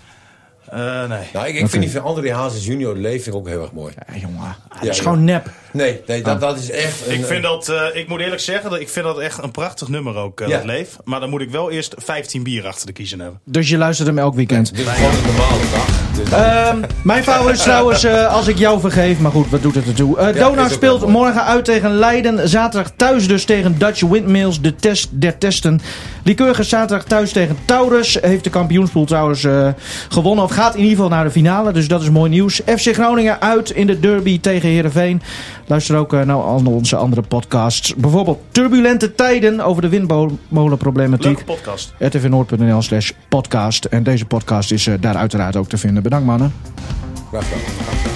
Speaker 2: Eh, nee.
Speaker 3: Nou, ik, ik vind die van André Hazes junior leef ik ook heel erg mooi.
Speaker 1: Ja, jongen. Het
Speaker 3: Ja,
Speaker 1: is
Speaker 3: ja.
Speaker 1: gewoon nep.
Speaker 3: Nee, nee dat, dat is echt... een-
Speaker 2: Ik, vind dat, eh, ik moet eerlijk zeggen, dat ik vind dat echt een prachtig nummer ook, eh,
Speaker 3: Ja.
Speaker 2: dat Leef. Maar dan moet ik wel eerst 15 bier achter de kiezen hebben.
Speaker 1: Dus je luistert hem elk weekend.
Speaker 3: Dit is gewoon een normale dag. Dus
Speaker 1: Ehm, mijn vrouw
Speaker 3: <laughs>
Speaker 1: is trouwens, eh, als ik jou vergeef, maar goed, wat doet het ertoe? Eh Dona
Speaker 3: ook
Speaker 1: speelt
Speaker 3: wel mooi.
Speaker 1: morgen uit tegen Leiden. Zaterdag thuis dus tegen Dutch Windmills, de test der testen. Liekeurige zaterdag thuis tegen Taurus. Heeft de kampioenspool trouwens eh, gewonnen, of gaat in ieder geval naar de finale. Dus dat is mooi nieuws. FC Groningen uit in de derby tegen Heerenveen. Luister ook naar nou, al onze andere podcasts. Bijvoorbeeld Turbulente Tijden over de windmolenproblematiek.
Speaker 2: Leuke podcast.
Speaker 1: rtvnoord.nl slash podcast. En deze podcast is eh, daar uiteraard ook te vinden. Bedankt mannen.
Speaker 3: Graag gedaan.